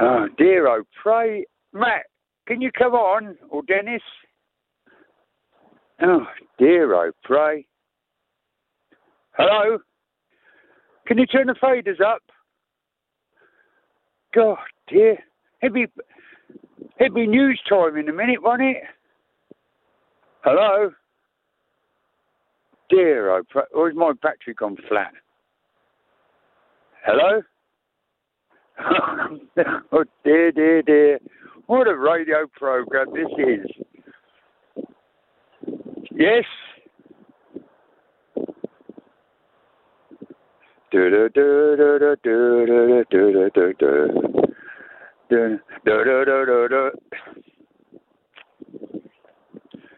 Speaker 14: Oh, dear, oh, pray. Matt, can you come on? Or Dennis? Oh, dear, oh, pray. Hello? Can you turn the faders up? God, dear. It'd be, it'd be news time in a minute, won't it? Hello? Dear, oh, pray. Or has my battery gone flat? Hello? oh, dear, dear, dear. What What a radio program this is. Yes.
Speaker 15: Hello.
Speaker 14: Dun, dun, dun, dun, dun, dun.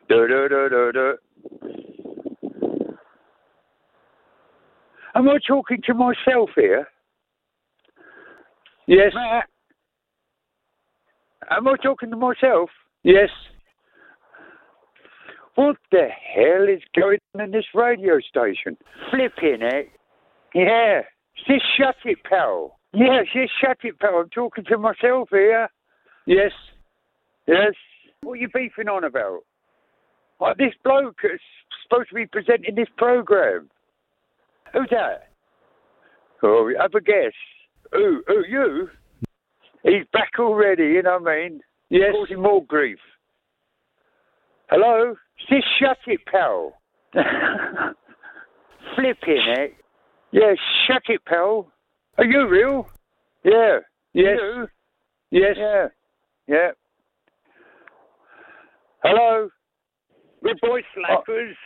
Speaker 14: Dun, dun, dun, dun, dun. Am I talking to myself here? Yes. Matt? Am I talking to myself? Yes. What the hell is going on in this radio station? Flipping it. Yeah. Just shut it, pal. Yeah, just shut it, pal. I'm talking to myself here. Yes. Yes. What are you beefing on about? Like this bloke is supposed to be presenting this program. Who's that? Oh, have a guess. Who? Who? You? He's back already. You know what I mean? Yes. Causing more grief. Hello. Just shut it, pal. Flipping it. Yeah, shut it, pal. Are you real? Yeah.
Speaker 15: Yes.
Speaker 14: You? Yes. Yeah. Yeah. Hello. Good boy, slackers.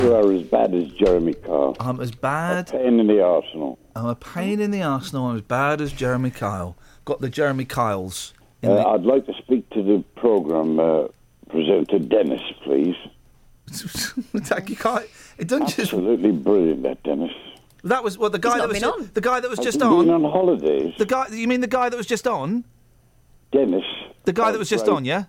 Speaker 15: You are as bad as Jeremy Carr.
Speaker 4: I'm as bad.
Speaker 15: A pain in the arsenal.
Speaker 4: I'm a pain in the arsenal. I'm as bad as Jeremy Kyle. Got the Jeremy Kyles.
Speaker 15: Uh, I'd like to speak to the programme uh, presenter, Dennis, please.
Speaker 4: Attack, you can't. It doesn't just.
Speaker 15: Absolutely brilliant, that Dennis.
Speaker 4: That was well. The guy that was ju- the guy that was
Speaker 15: Has
Speaker 4: just
Speaker 15: he been
Speaker 4: on.
Speaker 15: on holidays.
Speaker 4: The guy. You mean the guy that was just on?
Speaker 15: Dennis.
Speaker 4: The guy that was just
Speaker 15: Oh, great-
Speaker 4: on. Yeah.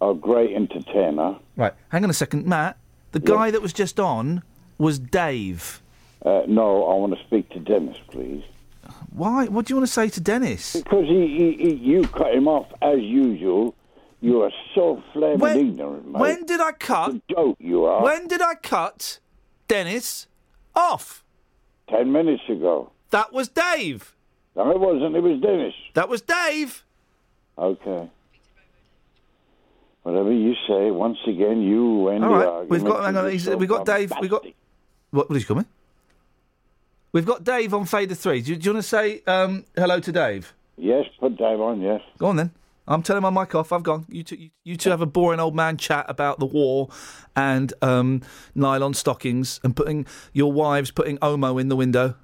Speaker 15: Our great entertainer.
Speaker 4: Right. Hang on a second, Matt. The guy that was just on was Dave.
Speaker 15: Uh, no, I want to speak to Dennis, please.
Speaker 4: Why? What do you want to say to Dennis?
Speaker 15: Because he, he, he, you cut him off as usual. You are so flaming
Speaker 4: When-
Speaker 15: ignorant, mate.
Speaker 4: when did I cut?
Speaker 15: It's a joke you are.
Speaker 4: When did I cut Dennis off?
Speaker 15: Ten minutes ago.
Speaker 4: That was Dave.
Speaker 15: No, it wasn't. It was Dennis.
Speaker 4: That was Dave.
Speaker 15: Okay. Whatever you say, once again, you win
Speaker 4: All
Speaker 15: the
Speaker 4: right.
Speaker 15: argument.
Speaker 4: We've got. Hang
Speaker 15: You
Speaker 4: on. He's,
Speaker 15: so
Speaker 4: we've got Dave. We've got. What? What is coming? We've got Dave on fader three. Do you, do you want to say um, hello to Dave?
Speaker 15: Yes, put Dave on. Yes.
Speaker 4: Go on then. I'm turning my mic off. I've gone. You two, you, you two have a boring old man chat about the war and um, nylon stockings and putting your wives putting Omo in the window.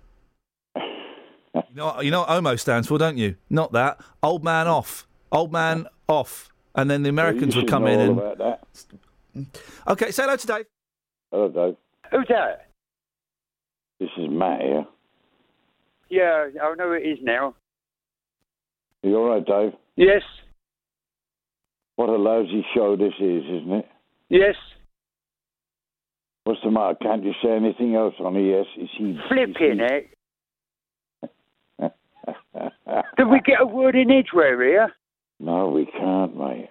Speaker 4: you know, what- you know what Omo stands for, don't you? Not that. Old man off. Old man off. And then the Americans
Speaker 15: you
Speaker 4: would
Speaker 15: should
Speaker 4: come
Speaker 15: know
Speaker 4: in
Speaker 15: all
Speaker 4: and.
Speaker 15: about that.
Speaker 4: Okay, say hello to Dave.
Speaker 15: Hello, Dave.
Speaker 14: Oh, Who's that?
Speaker 15: This is Matt here.
Speaker 14: Yeah, I know it is now.
Speaker 15: You all right, Dave?
Speaker 14: Yes.
Speaker 15: What a lousy show this is, isn't it?
Speaker 14: Yes.
Speaker 15: What's the matter? Can't you say anything else on the Yes, is he
Speaker 14: Flipping it. Did we get a word in edgeware here?
Speaker 15: No, we can't, mate.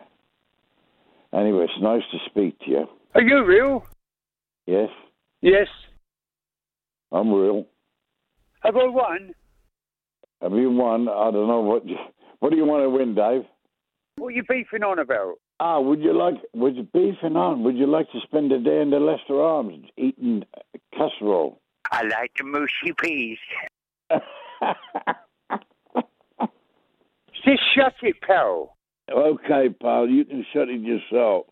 Speaker 15: Anyway, it's nice to speak to you.
Speaker 14: Are you real?
Speaker 15: Yes,
Speaker 14: Yes.
Speaker 15: I'm real.
Speaker 14: Have I won?
Speaker 15: Have you won? I don't know what. You, what do you want to win, Dave?
Speaker 14: What are you beefing on about?
Speaker 15: Ah, would you like? Would you beefing on? Would you like to spend a day in the Leicester Arms eating casserole?
Speaker 14: I like the mushy peas. Just shut it, pal.
Speaker 15: Okay, pal, you can shut it yourself.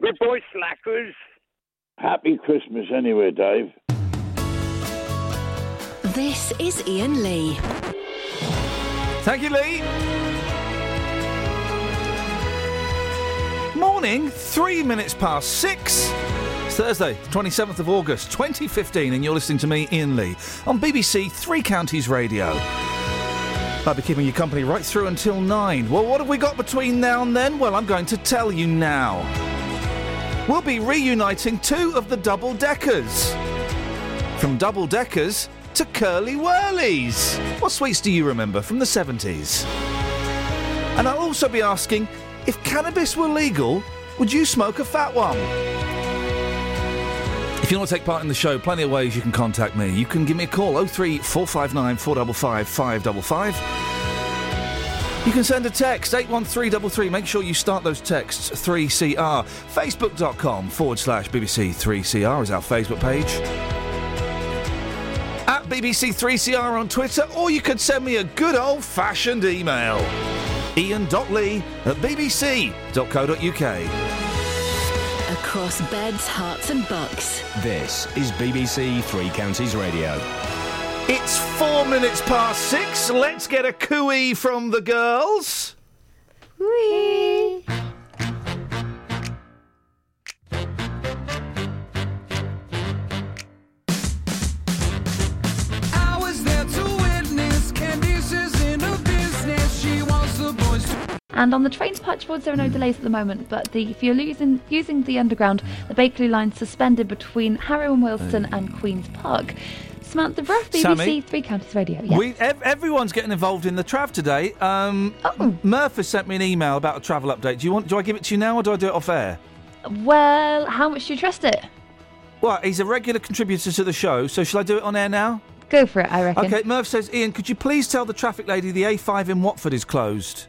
Speaker 14: Good boy, slackers.
Speaker 15: Happy Christmas, anyway, Dave.
Speaker 1: This is Ian Lee.
Speaker 4: Thank you, Lee. Morning, three minutes past six. It's Thursday, 27th of August, 2015, and you're listening to me, Ian Lee, on BBC Three Counties Radio. I'll be keeping you company right through until nine. Well, what have we got between now and then? Well, I'm going to tell you now. We'll be reuniting two of the double deckers. From double deckers to curly whirlies. What sweets do you remember from the 70s? And I'll also be asking if cannabis were legal, would you smoke a fat one? If you want to take part in the show, plenty of ways you can contact me. You can give me a call 03 459 455 555. You can send a text 81333. Make sure you start those texts 3CR. Facebook.com forward slash BBC 3CR is our Facebook page at BBC3CR on Twitter, or you could send me a good old fashioned email. ian.lee at bbc.co.uk.
Speaker 1: Across beds, hearts, and bucks.
Speaker 3: This is BBC Three Counties Radio.
Speaker 4: It's four minutes past six. Let's get a cooey from the girls.
Speaker 16: I was there to witness Candice's in a business. She wants the boys to.
Speaker 17: And on the trains patchboards, there are no delays at the moment, but the, if you're losing, using the underground, the Bakerloo line suspended between Harrow and Wilson and Queen's Park. Samantha Ruff, BBC
Speaker 4: Sammy?
Speaker 17: Three Counties Radio. Yeah.
Speaker 4: We ev- everyone's getting involved in the trav today. Um, Murph has sent me an email about a travel update. Do you want? Do I give it to you now, or do I do it off air?
Speaker 17: well, how much do you trust it?
Speaker 4: Well, he's a regular contributor to the show, so shall I do it on air now?
Speaker 17: Go for it, I reckon.
Speaker 4: Okay. Murph says, Ian, could you please tell the traffic lady the A5 in Watford is closed?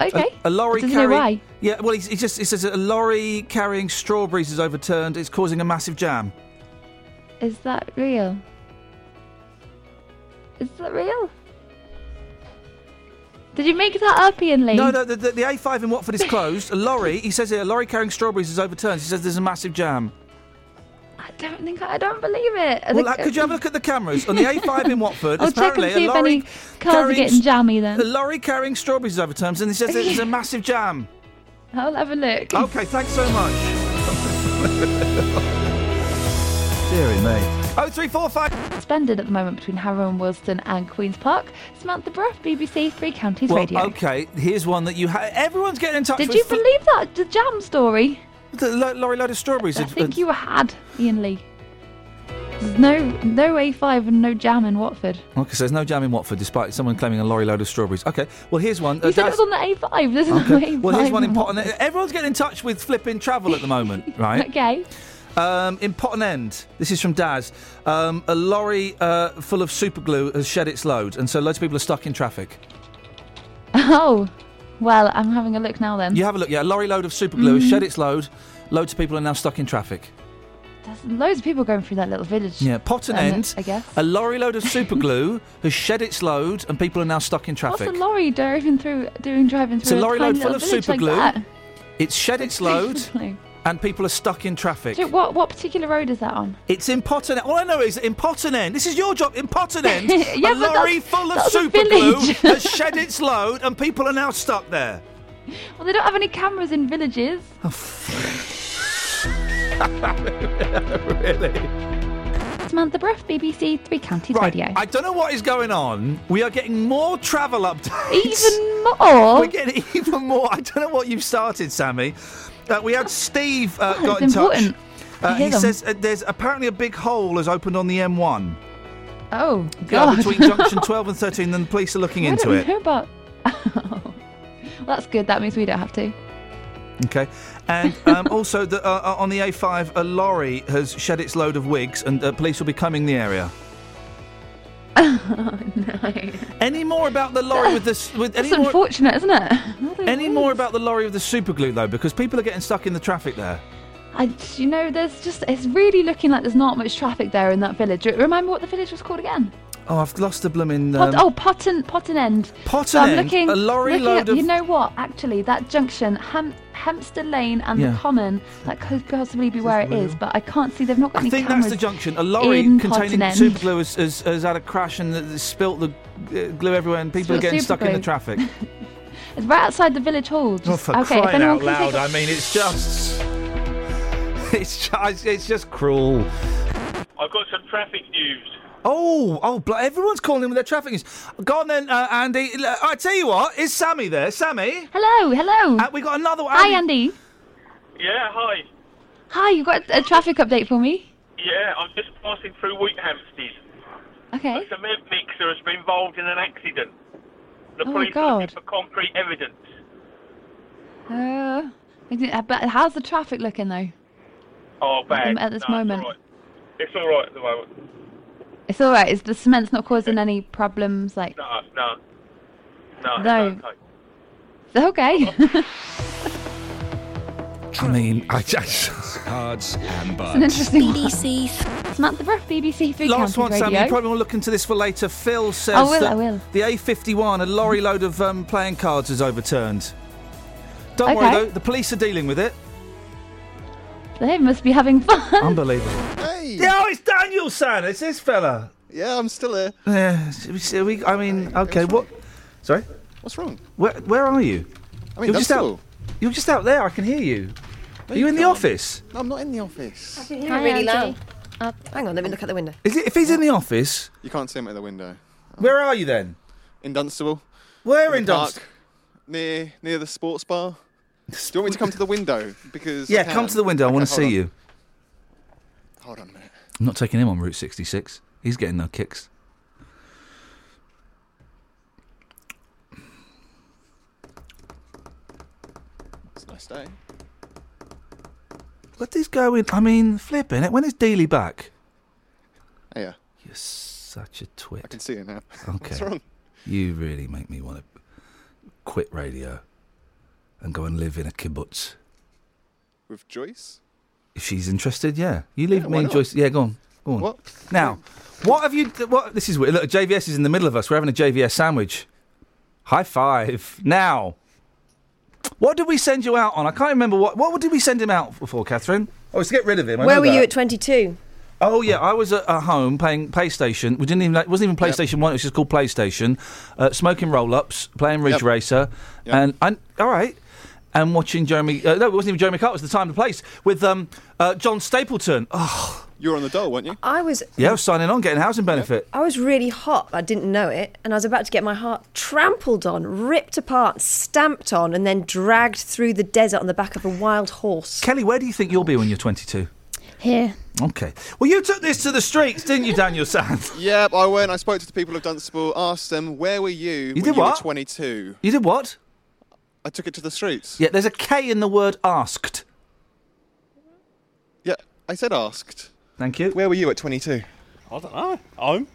Speaker 17: Okay.
Speaker 4: A, a lorry
Speaker 17: Doesn't know
Speaker 4: carrying.
Speaker 17: why.
Speaker 4: Yeah. Well, he's, he just he says a lorry carrying strawberries is overturned. It's causing a massive jam.
Speaker 17: Is that real? Is that real? Did you make that up, Ian Lee?
Speaker 4: No, no. The, the, the A5 in Watford is closed. a lorry. He says here a lorry carrying strawberries is overturned. He says there's a massive jam.
Speaker 17: I don't think I, I don't believe it. I
Speaker 4: Well,
Speaker 17: think-
Speaker 4: like, could you have a look at the cameras on the A5 in Watford?
Speaker 17: I'll check
Speaker 4: apparently,
Speaker 17: and see
Speaker 4: a
Speaker 17: if
Speaker 4: lorry
Speaker 17: any cars are
Speaker 4: carrying
Speaker 17: getting
Speaker 4: s-
Speaker 17: jammy then.
Speaker 4: A lorry carrying strawberries is overturned, and he says there's a massive jam.
Speaker 17: I'll have a look.
Speaker 4: Okay, thanks so much. Deary me. Oh, three, four, five.
Speaker 17: Suspended at the moment between Harrow and Wilston and Queen's Park. Samantha Bruff, BBC Three Counties
Speaker 4: Well,
Speaker 17: Radio.
Speaker 4: okay, here's one that you ha- Everyone's getting in touch
Speaker 17: Did
Speaker 4: with.
Speaker 17: you believe that the jam story?
Speaker 4: The lo- lorry load of strawberries.
Speaker 17: I think you had Ian Lee. There's no no A5 and no jam in Watford.
Speaker 4: Okay, so there's no jam in Watford, despite someone claiming a lorry load of strawberries. Okay, well, here's one. uh,
Speaker 17: You said it
Speaker 4: that's-
Speaker 17: was on the A5. There's no
Speaker 4: Okay.
Speaker 17: A5.
Speaker 4: Well, here's one in
Speaker 17: in
Speaker 4: Potton. Everyone's getting in touch with flipping travel at the moment, right?
Speaker 17: Okay.
Speaker 4: Um, in Potton End, this is from Daz. Um, a lorry uh, full of super glue has shed its load, and so loads of people are stuck in traffic.
Speaker 17: Oh, well, I'm having a look now then.
Speaker 4: You have a look, yeah. A lorry load of super glue has
Speaker 17: Mhm.
Speaker 4: shed its load. Loads of people are now stuck in traffic.
Speaker 17: There's loads of people going through that little village.
Speaker 4: Yeah, Potton
Speaker 17: Um,
Speaker 4: End.
Speaker 17: I guess.
Speaker 4: A lorry load of super glue has shed its load, and people are now stuck in
Speaker 17: What's
Speaker 4: traffic.
Speaker 17: a lorry driving through, doing driving
Speaker 4: It's
Speaker 17: through?
Speaker 4: a lorry
Speaker 17: tiny
Speaker 4: load full
Speaker 17: little
Speaker 4: of
Speaker 17: village
Speaker 4: super
Speaker 17: like
Speaker 4: glue.
Speaker 17: that?
Speaker 4: It's shed its load, and people are stuck in traffic.
Speaker 17: So what what particular road is that on?
Speaker 4: It's in Potton. All I know is that in Potton End. This is your job in Potton End.
Speaker 17: Yeah,
Speaker 4: a
Speaker 17: but that's-
Speaker 4: lorry full of
Speaker 17: that's a
Speaker 4: super glue
Speaker 17: village.
Speaker 4: has shed its load, and people are now stuck there.
Speaker 17: Well, they don't have any cameras in villages.
Speaker 4: really?
Speaker 17: Samantha Bruff, BBC Three Counties Radio.
Speaker 4: I don't know what is going on. We are getting more travel updates.
Speaker 17: Even more.
Speaker 4: We're getting even more. I don't know what you've started, Sammy. Uh, we had Steve uh,
Speaker 17: Oh,
Speaker 4: got in
Speaker 17: it's important.
Speaker 4: touch.
Speaker 17: I
Speaker 4: Uh,
Speaker 17: hear
Speaker 4: he
Speaker 17: them.
Speaker 4: says uh, there's apparently a big hole has opened on the M1
Speaker 17: Oh
Speaker 4: Yeah,
Speaker 17: God.
Speaker 4: between Junction 12 and 13, and the police are looking
Speaker 17: I
Speaker 4: into
Speaker 17: don't
Speaker 4: it.
Speaker 17: know about. well, Oh. that's good. That means we don't have to.
Speaker 4: Okay, and um, also the, uh, uh, on the A5, a lorry has shed its load of wigs, and uh, police will be combing the area.
Speaker 17: Oh,
Speaker 4: Any more about the lorry with this? With
Speaker 17: That's
Speaker 4: any more?
Speaker 17: unfortunate, isn't it?
Speaker 4: Any more about the lorry with the super glue though, because people are getting stuck in the traffic there.
Speaker 17: I, you know, there's just it's really looking like there's not much traffic there in that village. Remember what the village was called again?
Speaker 4: Oh, I've lost the blooming.
Speaker 17: Pot,
Speaker 4: Um,
Speaker 17: oh, Potton Potton End.
Speaker 4: Potton
Speaker 17: I'm
Speaker 4: End,
Speaker 17: looking,
Speaker 4: a lorry
Speaker 17: looking
Speaker 4: load
Speaker 17: at-
Speaker 4: of-
Speaker 17: You know what? Actually, that junction, Ham, Hampstead Lane and
Speaker 4: Yeah.
Speaker 17: the Common, that could possibly be where it is, but I can't see. They've not got
Speaker 4: I
Speaker 17: any
Speaker 4: think
Speaker 17: cameras.
Speaker 4: that's the junction. A lorry
Speaker 17: in Potton
Speaker 4: containing
Speaker 17: End.
Speaker 4: super glue has, has, has had a crash and th- spilt the uh, glue everywhere, and people are
Speaker 17: Spilt
Speaker 4: getting
Speaker 17: super
Speaker 4: stuck in the
Speaker 17: glue.
Speaker 4: traffic.
Speaker 17: It's right outside the village hall.
Speaker 4: oh,
Speaker 17: Just,
Speaker 4: for
Speaker 17: okay, if
Speaker 4: crying
Speaker 17: anyone
Speaker 4: out
Speaker 17: can take
Speaker 4: loud!
Speaker 17: a-
Speaker 4: I mean, it's just, it's just, it's just cruel.
Speaker 18: I've got some traffic news.
Speaker 4: Oh, oh! bl- Everyone's calling with their traffic news. Go on then, uh, Andy. L- I tell you what, is Sammy there? Sammy.
Speaker 17: Hello, hello.
Speaker 4: Uh, we got another one.
Speaker 17: Hi, Andy.
Speaker 18: Yeah, hi.
Speaker 17: Hi, you got a traffic update for me?
Speaker 18: Yeah, I'm just passing through Wheathampstead.
Speaker 17: Okay.
Speaker 18: A cement mixer has been involved in an accident.
Speaker 17: Oh,
Speaker 18: The
Speaker 17: my
Speaker 18: police are
Speaker 17: God.
Speaker 18: looking for concrete evidence.
Speaker 17: Uh, I didn't- I bet- how's the traffic looking though?
Speaker 18: Oh, bad.
Speaker 17: Um, at this
Speaker 18: No,
Speaker 17: moment.
Speaker 18: It's all right at the moment.
Speaker 17: It's all right. Is the cement's not causing any problems? Like,
Speaker 18: No, no. No.
Speaker 17: No.
Speaker 18: it's okay.
Speaker 17: okay.
Speaker 4: I mean, I just. Cards and
Speaker 17: It's an interesting BBC. Samantha Brough, BBC Three
Speaker 4: Last
Speaker 17: Counties
Speaker 4: one,
Speaker 17: Radio.
Speaker 4: Sam. You probably want to look into this for later. Phil says
Speaker 17: I will,
Speaker 4: that
Speaker 17: I will.
Speaker 4: the A51, a lorry load of um, playing cards, was overturned. Don't worry
Speaker 17: Okay.
Speaker 4: though, the police are dealing with it.
Speaker 17: They must be having fun.
Speaker 4: Unbelievable. Hey. Yeah, oh, it's Daniel San. It's this fella.
Speaker 9: Yeah, I'm still here.
Speaker 4: Yeah, s- we, s- we, I mean, okay, what? Sorry,
Speaker 9: What's wrong?
Speaker 4: where where are you?
Speaker 9: I mean,
Speaker 4: you're just
Speaker 9: Dunstable.
Speaker 4: out. You're just out there. I can hear you. are
Speaker 9: No,
Speaker 4: you,
Speaker 9: you
Speaker 4: in the
Speaker 9: can't.
Speaker 4: office?
Speaker 9: No, I'm not in the office.
Speaker 5: I can hear it really loud. Uh, Hang on, let me look out the window.
Speaker 4: Is it? If he's in the office,
Speaker 9: You can't see him out the window.
Speaker 4: where are you then?
Speaker 9: In Dunstable.
Speaker 4: Where in
Speaker 9: the park,
Speaker 4: Dunstable?
Speaker 9: Near near the sports bar. Do you want me to come to the window? Because I
Speaker 4: Yeah,
Speaker 9: can.
Speaker 4: come to the window. I
Speaker 9: Okay,
Speaker 4: want to
Speaker 9: hold
Speaker 4: see
Speaker 9: on.
Speaker 4: you.
Speaker 9: Hold on a minute.
Speaker 4: I'm not taking him on Route 66. He's getting no kicks.
Speaker 9: It's a nice day.
Speaker 4: What is going? I mean, flipping it. When is Dealey back?
Speaker 9: Yeah.
Speaker 4: You're such a twit. I
Speaker 9: can see you now.
Speaker 4: Okay.
Speaker 9: What's wrong?
Speaker 4: You really make me want to quit radio and go and live in a kibbutz.
Speaker 9: With Joyce?
Speaker 4: If she's interested, yeah. You leave
Speaker 9: Yeah,
Speaker 4: me
Speaker 9: why
Speaker 4: and
Speaker 9: not?
Speaker 4: Joyce. Yeah, go on. Go on.
Speaker 9: What?
Speaker 4: Now, what have you. d- What? This is weird. Look, JVS is in the middle of us. We're having a JVS sandwich. High five. Now, what did we send you out on? I can't remember what. What did we send him out for, Catherine? Oh, it's to get rid of him. I
Speaker 5: Where
Speaker 4: know
Speaker 5: were you
Speaker 4: that.
Speaker 5: at 22?
Speaker 4: Oh yeah, I was at, at home playing PlayStation. We didn't even it wasn't even PlayStation One. It was just called PlayStation. Uh, smoking roll ups, playing Ridge
Speaker 9: Yep.
Speaker 4: Racer,
Speaker 9: Yep.
Speaker 4: and, and all right, and watching Jeremy. Uh, no, it wasn't even Jeremy Carter. It was the time and place with um, uh, John Stapleton. Oh
Speaker 9: You were on the dole, weren't you?
Speaker 5: I was
Speaker 4: yeah, I was signing on, getting housing benefit.
Speaker 5: I was really hot. I didn't know it, and I was about to get my heart trampled on, ripped apart, stamped on, and then dragged through the desert on the back of a wild horse.
Speaker 4: Kelly, where do you think you'll be when you're 22?
Speaker 6: Here.
Speaker 4: Okay. Well, you took this to the streets, didn't you, Daniel Sand?
Speaker 9: Yep, I went. I spoke to the people of Dunstable, asked them, where were you, when
Speaker 4: did
Speaker 9: you
Speaker 4: what?
Speaker 9: were 22?
Speaker 4: You did what?
Speaker 9: I took it to the streets.
Speaker 4: Yeah, there's a K in the word asked.
Speaker 9: Yeah, I said asked.
Speaker 4: Thank you.
Speaker 9: Where were you at 22?
Speaker 19: I don't know. Home?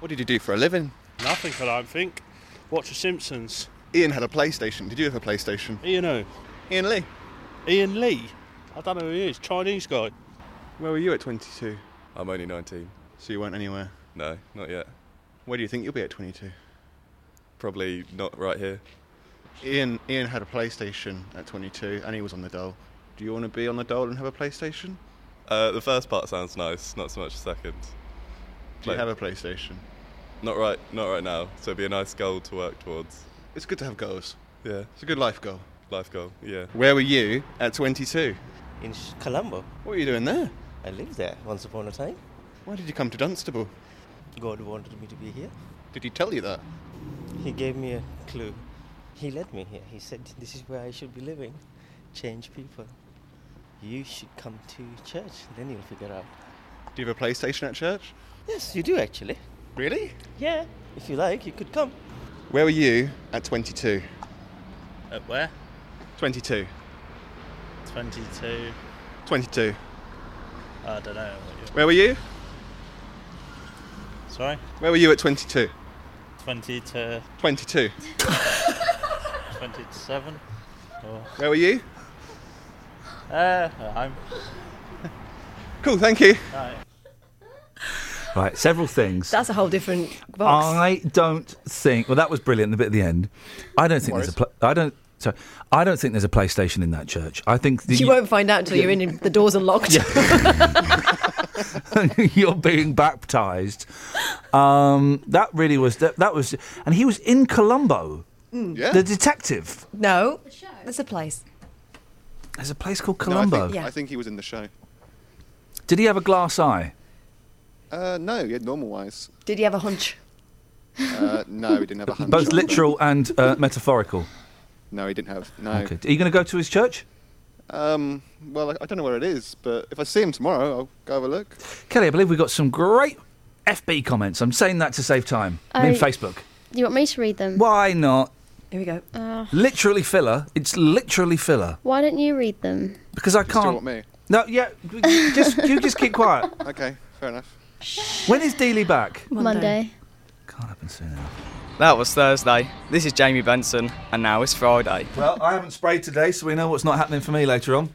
Speaker 9: What did you do for a living?
Speaker 19: Nothing, I don't think. Watch The Simpsons.
Speaker 9: Ian had a PlayStation. Did you have a PlayStation?
Speaker 19: Ian who?
Speaker 9: Ian Lee.
Speaker 19: Ian Lee? I don't know who he is. Chinese guy.
Speaker 9: Where were you at 22?
Speaker 19: I'm only 19.
Speaker 9: So you weren't anywhere?
Speaker 19: No, not yet.
Speaker 9: Where do you think you'll be at 22?
Speaker 19: Probably not right here.
Speaker 9: Ian Ian had a PlayStation at 22 and he was on the dole. Do you want to be on the dole and have a PlayStation?
Speaker 19: Uh, the first part sounds nice, not so much the second.
Speaker 9: Do you have a PlayStation?
Speaker 19: Not right, not right now. So it'd be a nice goal to work towards.
Speaker 9: It's good to have goals.
Speaker 19: Yeah.
Speaker 9: It's a good life goal.
Speaker 19: Life goal. Yeah.
Speaker 9: Where were you at 22?
Speaker 20: in Sh- Colombo.
Speaker 9: What were you doing there?
Speaker 20: I lived there once upon a time.
Speaker 9: Why did you come to Dunstable?
Speaker 20: God wanted me to be here.
Speaker 9: Did he tell you that?
Speaker 20: He gave me a clue. He led me here. He said, This is where I should be living. Change people. You should come to church, then you'll figure out.
Speaker 9: Do you have a PlayStation at church?
Speaker 20: Yes, you do actually.
Speaker 9: Really?
Speaker 20: Yeah, if you like, you could come.
Speaker 9: Where were you at 22?
Speaker 19: At where?
Speaker 9: 22.
Speaker 19: 22.
Speaker 9: 22.
Speaker 19: I don't know.
Speaker 9: Where were you?
Speaker 19: Sorry?
Speaker 9: Where were you at 22?
Speaker 19: 20 to
Speaker 9: 22.
Speaker 19: 27. Or,
Speaker 9: Where were you?
Speaker 19: uh, I'm.
Speaker 9: Cool, thank you.
Speaker 4: Right, several things.
Speaker 5: That's a whole different box.
Speaker 4: I don't think. Well, that was brilliant. The bit at the end. I don't think there's a. Pla- I don't. Sorry, I don't think there's a PlayStation in that church. I think that
Speaker 5: you won't find out until you're in. and The doors are locked.
Speaker 4: you're being baptized. Um, that really was. That, that was. And he was in Colombo.
Speaker 5: Mm.
Speaker 4: The detective.
Speaker 5: no, that's a place.
Speaker 4: There's a place called
Speaker 9: No, I
Speaker 4: Colombo.
Speaker 9: think, I think he was in the show.
Speaker 4: Did he have a glass eye?
Speaker 9: Uh, no, he had normal eyes.
Speaker 5: Did he have a hunch?
Speaker 9: Uh, no, he didn't have a hunch.
Speaker 4: Both literal and uh, metaphorical.
Speaker 9: No, he didn't have. No.
Speaker 4: Okay. Are you going to go to his church?
Speaker 9: Um, well, I, I don't know where it is, but if I see him tomorrow, I'll go have a look.
Speaker 4: Kelly, I believe we've got some great FB comments. I'm saying that to save time. I mean,
Speaker 6: Oh.
Speaker 4: Facebook.
Speaker 6: Do you want me to read them?
Speaker 4: Why not?
Speaker 5: Here we go.
Speaker 6: Uh,
Speaker 4: Literally filler. It's literally filler.
Speaker 6: why don't you read them?
Speaker 4: Because I can't. No, yeah, just you just keep quiet.
Speaker 9: Okay, fair enough.
Speaker 4: When is Dealey back?
Speaker 6: Monday.
Speaker 4: Can't happen soon enough.
Speaker 7: That was Thursday. This is Jamie Benson, and now it's Friday.
Speaker 4: Well, I haven't sprayed today, so we know what's not happening for me later on.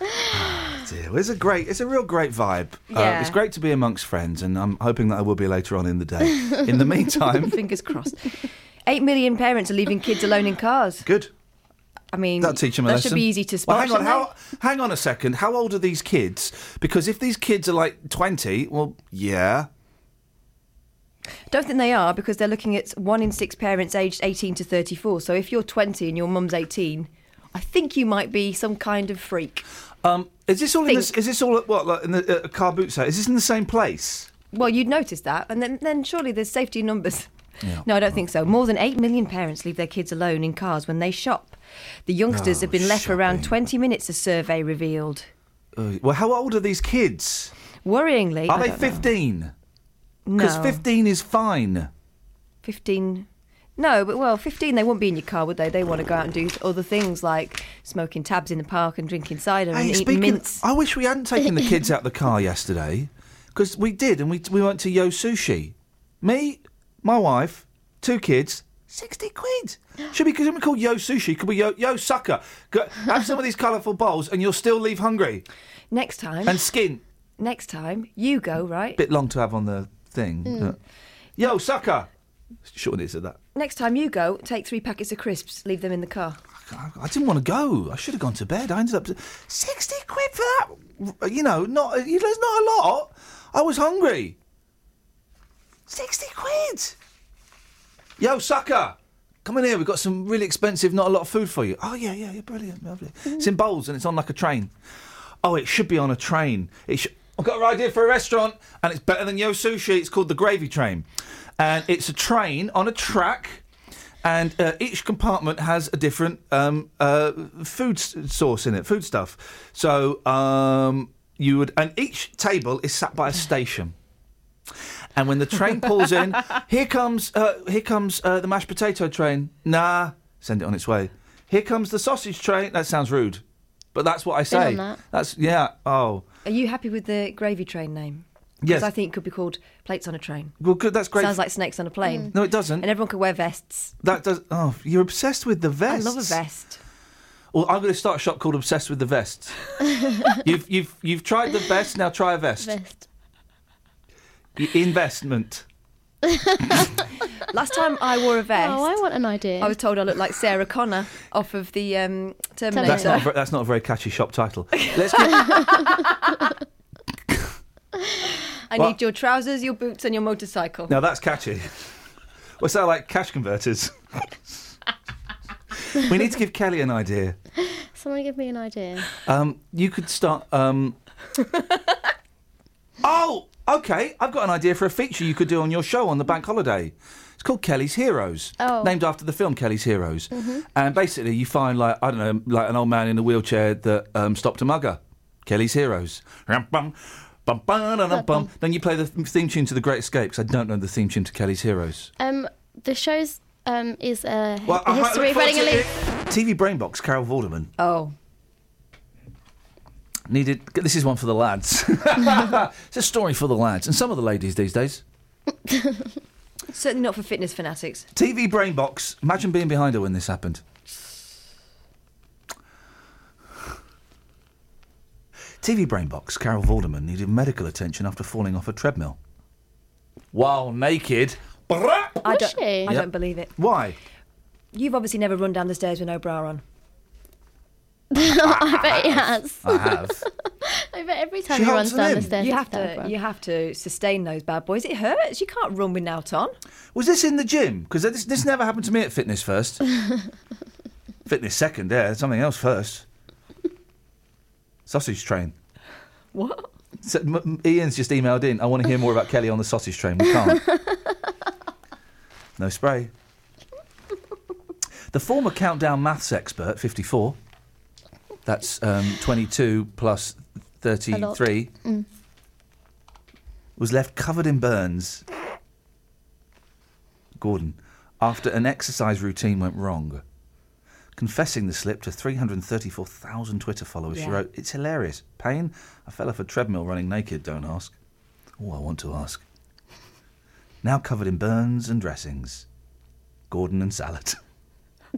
Speaker 4: Ah, Dear. Well, It's a great, it's a real great vibe. Uh,
Speaker 5: Yeah.
Speaker 4: it's great to be amongst friends, and I'm hoping that I will be later on in the day. In the meantime,
Speaker 5: fingers crossed. Eight million parents are leaving kids alone in cars.
Speaker 4: Good.
Speaker 5: I mean,
Speaker 4: That'll teach them a
Speaker 5: Mm. that
Speaker 4: lesson.
Speaker 5: should be easy to
Speaker 4: Well,
Speaker 5: spot.
Speaker 4: hang on,
Speaker 5: shouldn't
Speaker 4: how, hang on a second. How old are these kids? Because if these kids are like 20, well, yeah.
Speaker 5: they? Don't think they are because they're looking at one in six parents aged 18 to 34. So if you're 20 and your mum's 18, I think you might be some kind of freak.
Speaker 4: Um, is this all? In
Speaker 5: Think.
Speaker 4: this, is this all at what? Like in the uh, car boot sale? Is this in the same place?
Speaker 5: Well, you'd notice that, and then, then surely there's safety in numbers.
Speaker 4: Yeah.
Speaker 5: No, I don't think so. More than 8 million parents leave their kids alone in cars when they shop. The youngsters
Speaker 4: Oh,
Speaker 5: have been left for around 20 minutes, a survey revealed.
Speaker 4: Uh, well, how old are these kids?
Speaker 5: Worryingly,
Speaker 4: Are
Speaker 5: I
Speaker 4: they
Speaker 5: don't know.
Speaker 4: 15? Because
Speaker 5: No.
Speaker 4: 15 is fine.
Speaker 5: 15. No, but well, 15, they wouldn't be in your car, would they? They want to go out and do other things like smoking tabs in the park and drinking cider and
Speaker 4: Hey,
Speaker 5: eating
Speaker 4: speaking,
Speaker 5: mints.
Speaker 4: I wish we hadn't taken the kids out of the car yesterday because we did, and we we went to Yo Sushi. Me, my wife, two kids. Sixty quid. Should be could we call Yo Sushi? Could we Yo Yo Sucker? Go, have some of these colourful bowls, and you'll still leave hungry.
Speaker 5: Next time,
Speaker 4: And skin.
Speaker 5: next time, you go, right?
Speaker 4: Bit long to have on the thing.
Speaker 5: Mm.
Speaker 4: Uh, Yo Sucker. Shorten it to that.
Speaker 5: Next time you go, take three packets of crisps, leave them in the car.
Speaker 4: I didn't want to go. I should have gone to bed. I ended up sixty quid for that. You know, not you know, it's not a lot. I was hungry. Sixty quid. Yo, sucker, come in here. We've got some really expensive, not a lot of food for you. Oh yeah, yeah, yeah, brilliant, lovely. It's in bowls and it's on like a train. Oh, it should be on a train. It should. I've got an idea for a restaurant, and it's better than Yo Sushi. It's called the Gravy Train, and it's a train on a track, and uh, each compartment has a different um, uh, food s- source in it, food stuff. So um, you would, and each table is sat by a station. And when the train pulls in, here comes uh, here comes uh, the mashed potato train. Nah, send it on its way. Here comes the sausage train. That sounds rude, but that's what I say.
Speaker 5: Been on that.
Speaker 4: That's yeah. Oh,
Speaker 5: Are you happy with the gravy train name? 'Cause
Speaker 4: Yes.
Speaker 5: I think it could be called plates on a train.
Speaker 4: well, good. That's great.
Speaker 5: Sounds like snakes on a
Speaker 6: Mm.
Speaker 5: plane.
Speaker 4: No, it doesn't.
Speaker 5: And everyone could wear vests.
Speaker 4: that does. Oh, you're obsessed with the vest.
Speaker 5: I love a vest.
Speaker 4: Well, I'm going to start a shop called Obsessed with the Vest. you've you've you've tried the vest. Now try a vest.
Speaker 6: Vest.
Speaker 4: Y- Investment.
Speaker 5: Last time I wore a vest.
Speaker 6: Oh, I want an idea.
Speaker 5: I was told I looked like Sarah Connor off of the um, Terminator.
Speaker 4: That's not a, ver- that's not a very catchy shop title. Let's get
Speaker 5: I
Speaker 4: Well-
Speaker 5: need your trousers, your boots, and your motorcycle.
Speaker 4: Now that's catchy. What's that like? Cash converters. we need to give Kelly an idea.
Speaker 6: Someone give me an idea.
Speaker 4: Um, you could start. Um... oh, okay. I've got an idea for a feature you could do on your show on the bank holiday. It's called Kelly's Heroes,
Speaker 6: Oh.
Speaker 4: named after the film Kelly's Heroes.
Speaker 6: Mhm.
Speaker 4: And basically, you find like I don't know, like an old man in a wheelchair that um, stopped a mugger. Kelly's Heroes. Rum, bum, bum, bum, da, da, bum. Then you play the theme tune to The Great Escape. 'cause I don't know the theme tune to Kelly's Heroes.
Speaker 6: Um, the show's um is a
Speaker 4: Well, I
Speaker 6: a
Speaker 4: hope-
Speaker 6: history of
Speaker 4: look forward
Speaker 6: Reading and Leeds.
Speaker 4: to TV Brainbox, Carol Vorderman.
Speaker 5: Oh.
Speaker 4: Needed. This is one for the lads. it's a story for the lads and some of the ladies these days.
Speaker 5: Certainly not for fitness fanatics.
Speaker 4: TV Brainbox. Imagine being behind her when this happened. TV Brainbox. Carol Vorderman needed medical attention after falling off a treadmill. While naked.
Speaker 5: I don't, I
Speaker 4: Yep.
Speaker 5: don't believe it.
Speaker 4: Why?
Speaker 5: You've obviously never run down the stairs with no bra on.
Speaker 6: I bet he has.
Speaker 4: I have.
Speaker 6: I bet every time he runs down the stairs.
Speaker 5: You
Speaker 6: it's
Speaker 5: have to,
Speaker 6: terrible.
Speaker 5: you have to sustain those bad boys. It hurts. You can't run without on.
Speaker 4: Was this in the gym? Because this, this never happened to me at fitness first. fitness second, yeah. Something else first. Sausage train.
Speaker 5: What?
Speaker 4: So, m- m- Ian's just emailed in. I want to hear more about Kelly on the sausage train. We can't. no spray. The former countdown maths expert, 54. That's um, 22 plus
Speaker 6: A lot.
Speaker 4: 33
Speaker 6: Mm.
Speaker 4: was left covered in burns. Gordon, after an exercise routine went wrong, confessing the slip to 334,000 Twitter followers, she
Speaker 21: Yeah.
Speaker 4: wrote, It's hilarious. Pain? I fell off a treadmill running naked, don't ask. Oh, I want to ask. now covered in burns and dressings. Gordon and salad.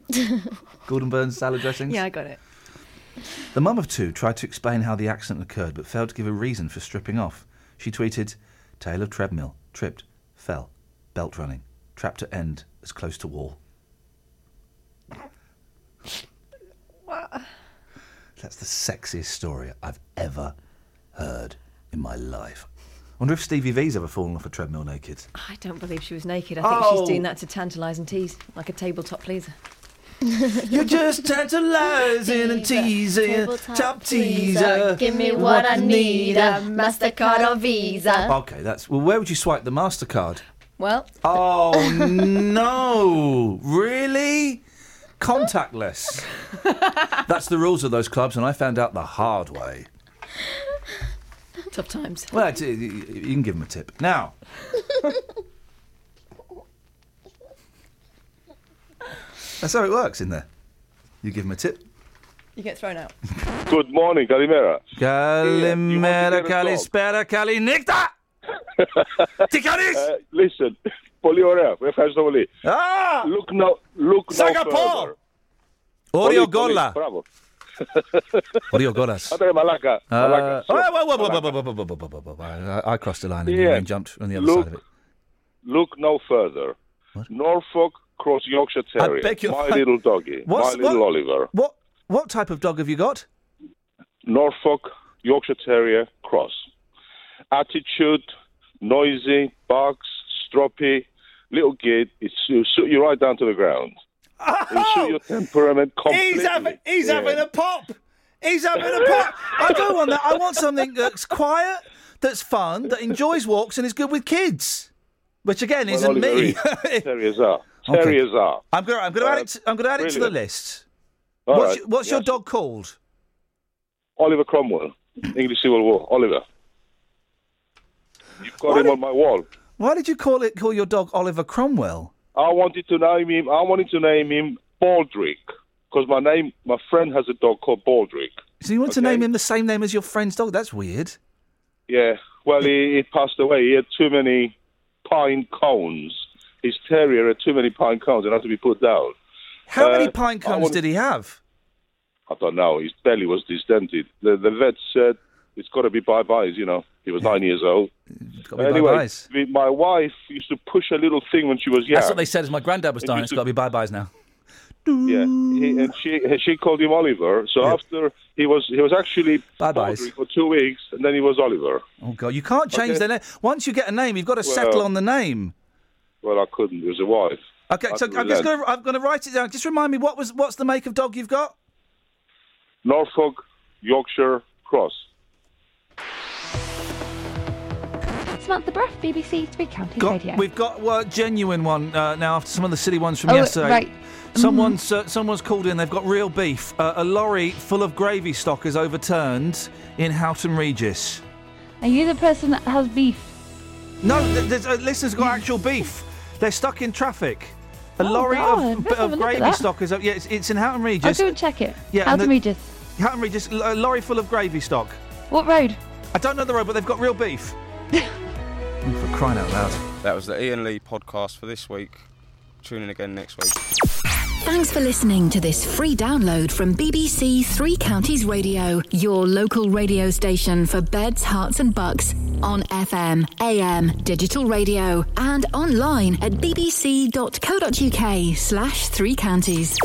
Speaker 4: Gordon Burns salad dressings?
Speaker 5: Yeah, I got it.
Speaker 4: The mum of two tried to explain how the accident occurred but failed to give a reason for stripping off. She tweeted, Tale of treadmill, tripped, fell, belt running, trapped at end, as close to wall.
Speaker 5: What?
Speaker 4: That's the sexiest story I've ever heard in my life. Wonder if Stevie V's ever fallen off a treadmill naked.
Speaker 5: I don't believe she was naked. I think
Speaker 4: Oh.
Speaker 5: she's doing that to tantalise and tease, like a tabletop pleaser.
Speaker 4: You're just tantalising and teasing, top
Speaker 5: Uh,
Speaker 4: teaser.
Speaker 6: Give me what I need, a MasterCard or Visa.
Speaker 4: Okay, that's well. Where would you swipe the Mastercard?
Speaker 5: Well,
Speaker 4: Oh no! Really? Contactless. That's the rules of those clubs, and I found out the hard way.
Speaker 5: tough times.
Speaker 4: Well, it's, you you can give them a tip now. That's how it works in there. You give them a tip.
Speaker 5: You get thrown out.
Speaker 21: Good morning, Kalimera.
Speaker 4: Kalimera, Kalispera, Kalinikta! Tikaris!
Speaker 21: Uh, listen, πολύ ωραία. Ευχαριστώ πολύ.
Speaker 4: Ah!
Speaker 21: Look no, look no
Speaker 4: Σαγαπώ!
Speaker 21: further.
Speaker 4: Όριο
Speaker 21: Πολύ, πολύ.
Speaker 4: γκόλα.
Speaker 21: Μπράβο.
Speaker 4: Όριο γκόλας.
Speaker 21: Άντε, μαλάκα.
Speaker 4: Uh,
Speaker 21: μαλάκα.
Speaker 4: oh,
Speaker 21: Sure.
Speaker 4: whoa, whoa, whoa,
Speaker 21: Μαλάκα.
Speaker 4: whoa, whoa, whoa, whoa, whoa, whoa, whoa, whoa. I I crossed the line and
Speaker 21: Yeah.
Speaker 4: you jumped on the other
Speaker 21: Look,
Speaker 4: side of it.
Speaker 21: Look no further. Norfolk Cross Yorkshire Terrier.
Speaker 4: beg your
Speaker 21: My
Speaker 4: pardon.
Speaker 21: little doggy.
Speaker 4: What's-
Speaker 21: My little
Speaker 4: what-
Speaker 21: Oliver.
Speaker 4: What what type of dog have you got?
Speaker 21: Norfolk Yorkshire Terrier Cross. Attitude, noisy, barks, stroppy, little kid. It su- suit you right down to the ground. It suit your temperament completely.
Speaker 4: Oh! He's having he's
Speaker 21: Yeah.
Speaker 4: having a pop. He's having a pop. I don't want that. I want something that's quiet, that's fun, that enjoys walks and is good with kids. Which again
Speaker 21: Well,
Speaker 4: isn't
Speaker 21: Oliver
Speaker 4: me.
Speaker 21: is. Terriers are. Terriers are.
Speaker 4: I'm gonna I'm gonna add it to, I'm gonna add it to the
Speaker 21: brilliant.
Speaker 4: list.
Speaker 21: All
Speaker 4: what's
Speaker 21: right,
Speaker 4: your, what's your
Speaker 21: yes.
Speaker 4: dog called?
Speaker 21: Oliver Cromwell, English Civil War. Oliver. You've got him on my wall.
Speaker 4: Why did you call it call your dog Oliver Cromwell?
Speaker 21: I wanted to name him. I wanted to name him Baldrick because my name, my friend has a dog called Baldrick.
Speaker 4: So you want to name him the same name as your friend's dog? That's weird.
Speaker 21: Yeah. Well, he, he passed away. He had too many pine cones. His terrier had too many pine cones and had to be put down.
Speaker 4: How many
Speaker 21: Uh,
Speaker 4: pine
Speaker 21: I
Speaker 4: cones
Speaker 21: want-
Speaker 4: did he have?
Speaker 21: I don't know. His belly was distended. The, the vet said it's got to be bye byes. You know, he was nine years old.
Speaker 4: be
Speaker 21: anyway,
Speaker 4: bye-byes.
Speaker 21: me- my wife used to push a little thing when she was young.
Speaker 4: That's what they said as my granddad was
Speaker 21: It
Speaker 4: dying.
Speaker 21: used
Speaker 4: It's
Speaker 21: to-
Speaker 4: got to be bye byes now.
Speaker 21: Yeah, he, and she and she called him Oliver. So after he was he was actually
Speaker 4: Bye-byes.
Speaker 21: Baldrick for two weeks, and then he was Oliver.
Speaker 4: Oh god, you can't change
Speaker 21: Okay.
Speaker 4: the name. Once you get a name, you've got to
Speaker 21: Well-
Speaker 4: settle on the name.
Speaker 21: Well, I couldn't. It was a wife.
Speaker 4: Okay,
Speaker 21: I
Speaker 4: so
Speaker 21: had to
Speaker 4: I'm just
Speaker 21: relent.
Speaker 4: gonna I'm gonna write it down. Just remind me what was what's the make of dog you've got?
Speaker 21: Norfolk Yorkshire Cross.
Speaker 17: Samantha Bruff, BBC Three Counties Radio.
Speaker 4: We've got well, a genuine one uh, now after some of the silly ones from
Speaker 17: Oh,
Speaker 4: yesterday.
Speaker 17: right.
Speaker 4: Someone's uh, someone's called in. They've got real beef. Uh, a lorry full of gravy stock is overturned in Houghton Regis.
Speaker 17: Are you the person that has beef?
Speaker 4: No, th- there's, uh, listeners got actual beef. They're stuck in traffic. A
Speaker 17: Oh,
Speaker 4: lorry
Speaker 17: God.
Speaker 4: of,
Speaker 17: Let's have a
Speaker 4: of
Speaker 17: look at
Speaker 4: gravy
Speaker 17: that.
Speaker 4: stock is up. Yeah, it's, it's in Houghton
Speaker 17: I'll
Speaker 4: Regis.
Speaker 17: go and check it.
Speaker 4: Yeah, and
Speaker 17: Houghton
Speaker 4: the-
Speaker 17: Regis.
Speaker 4: Houghton Regis, l- a lorry full of gravy stock.
Speaker 17: What road?
Speaker 4: I don't know the road, but they've got real beef. For crying out loud.
Speaker 22: That was the Ian Lee podcast for this week. Tune in again next week.
Speaker 1: Thanks for listening to this free download from BBC Three Counties Radio, your local radio station for beds, hearts, and bucks on FM, AM, digital radio, and online at bbc.co.uk/slash three counties.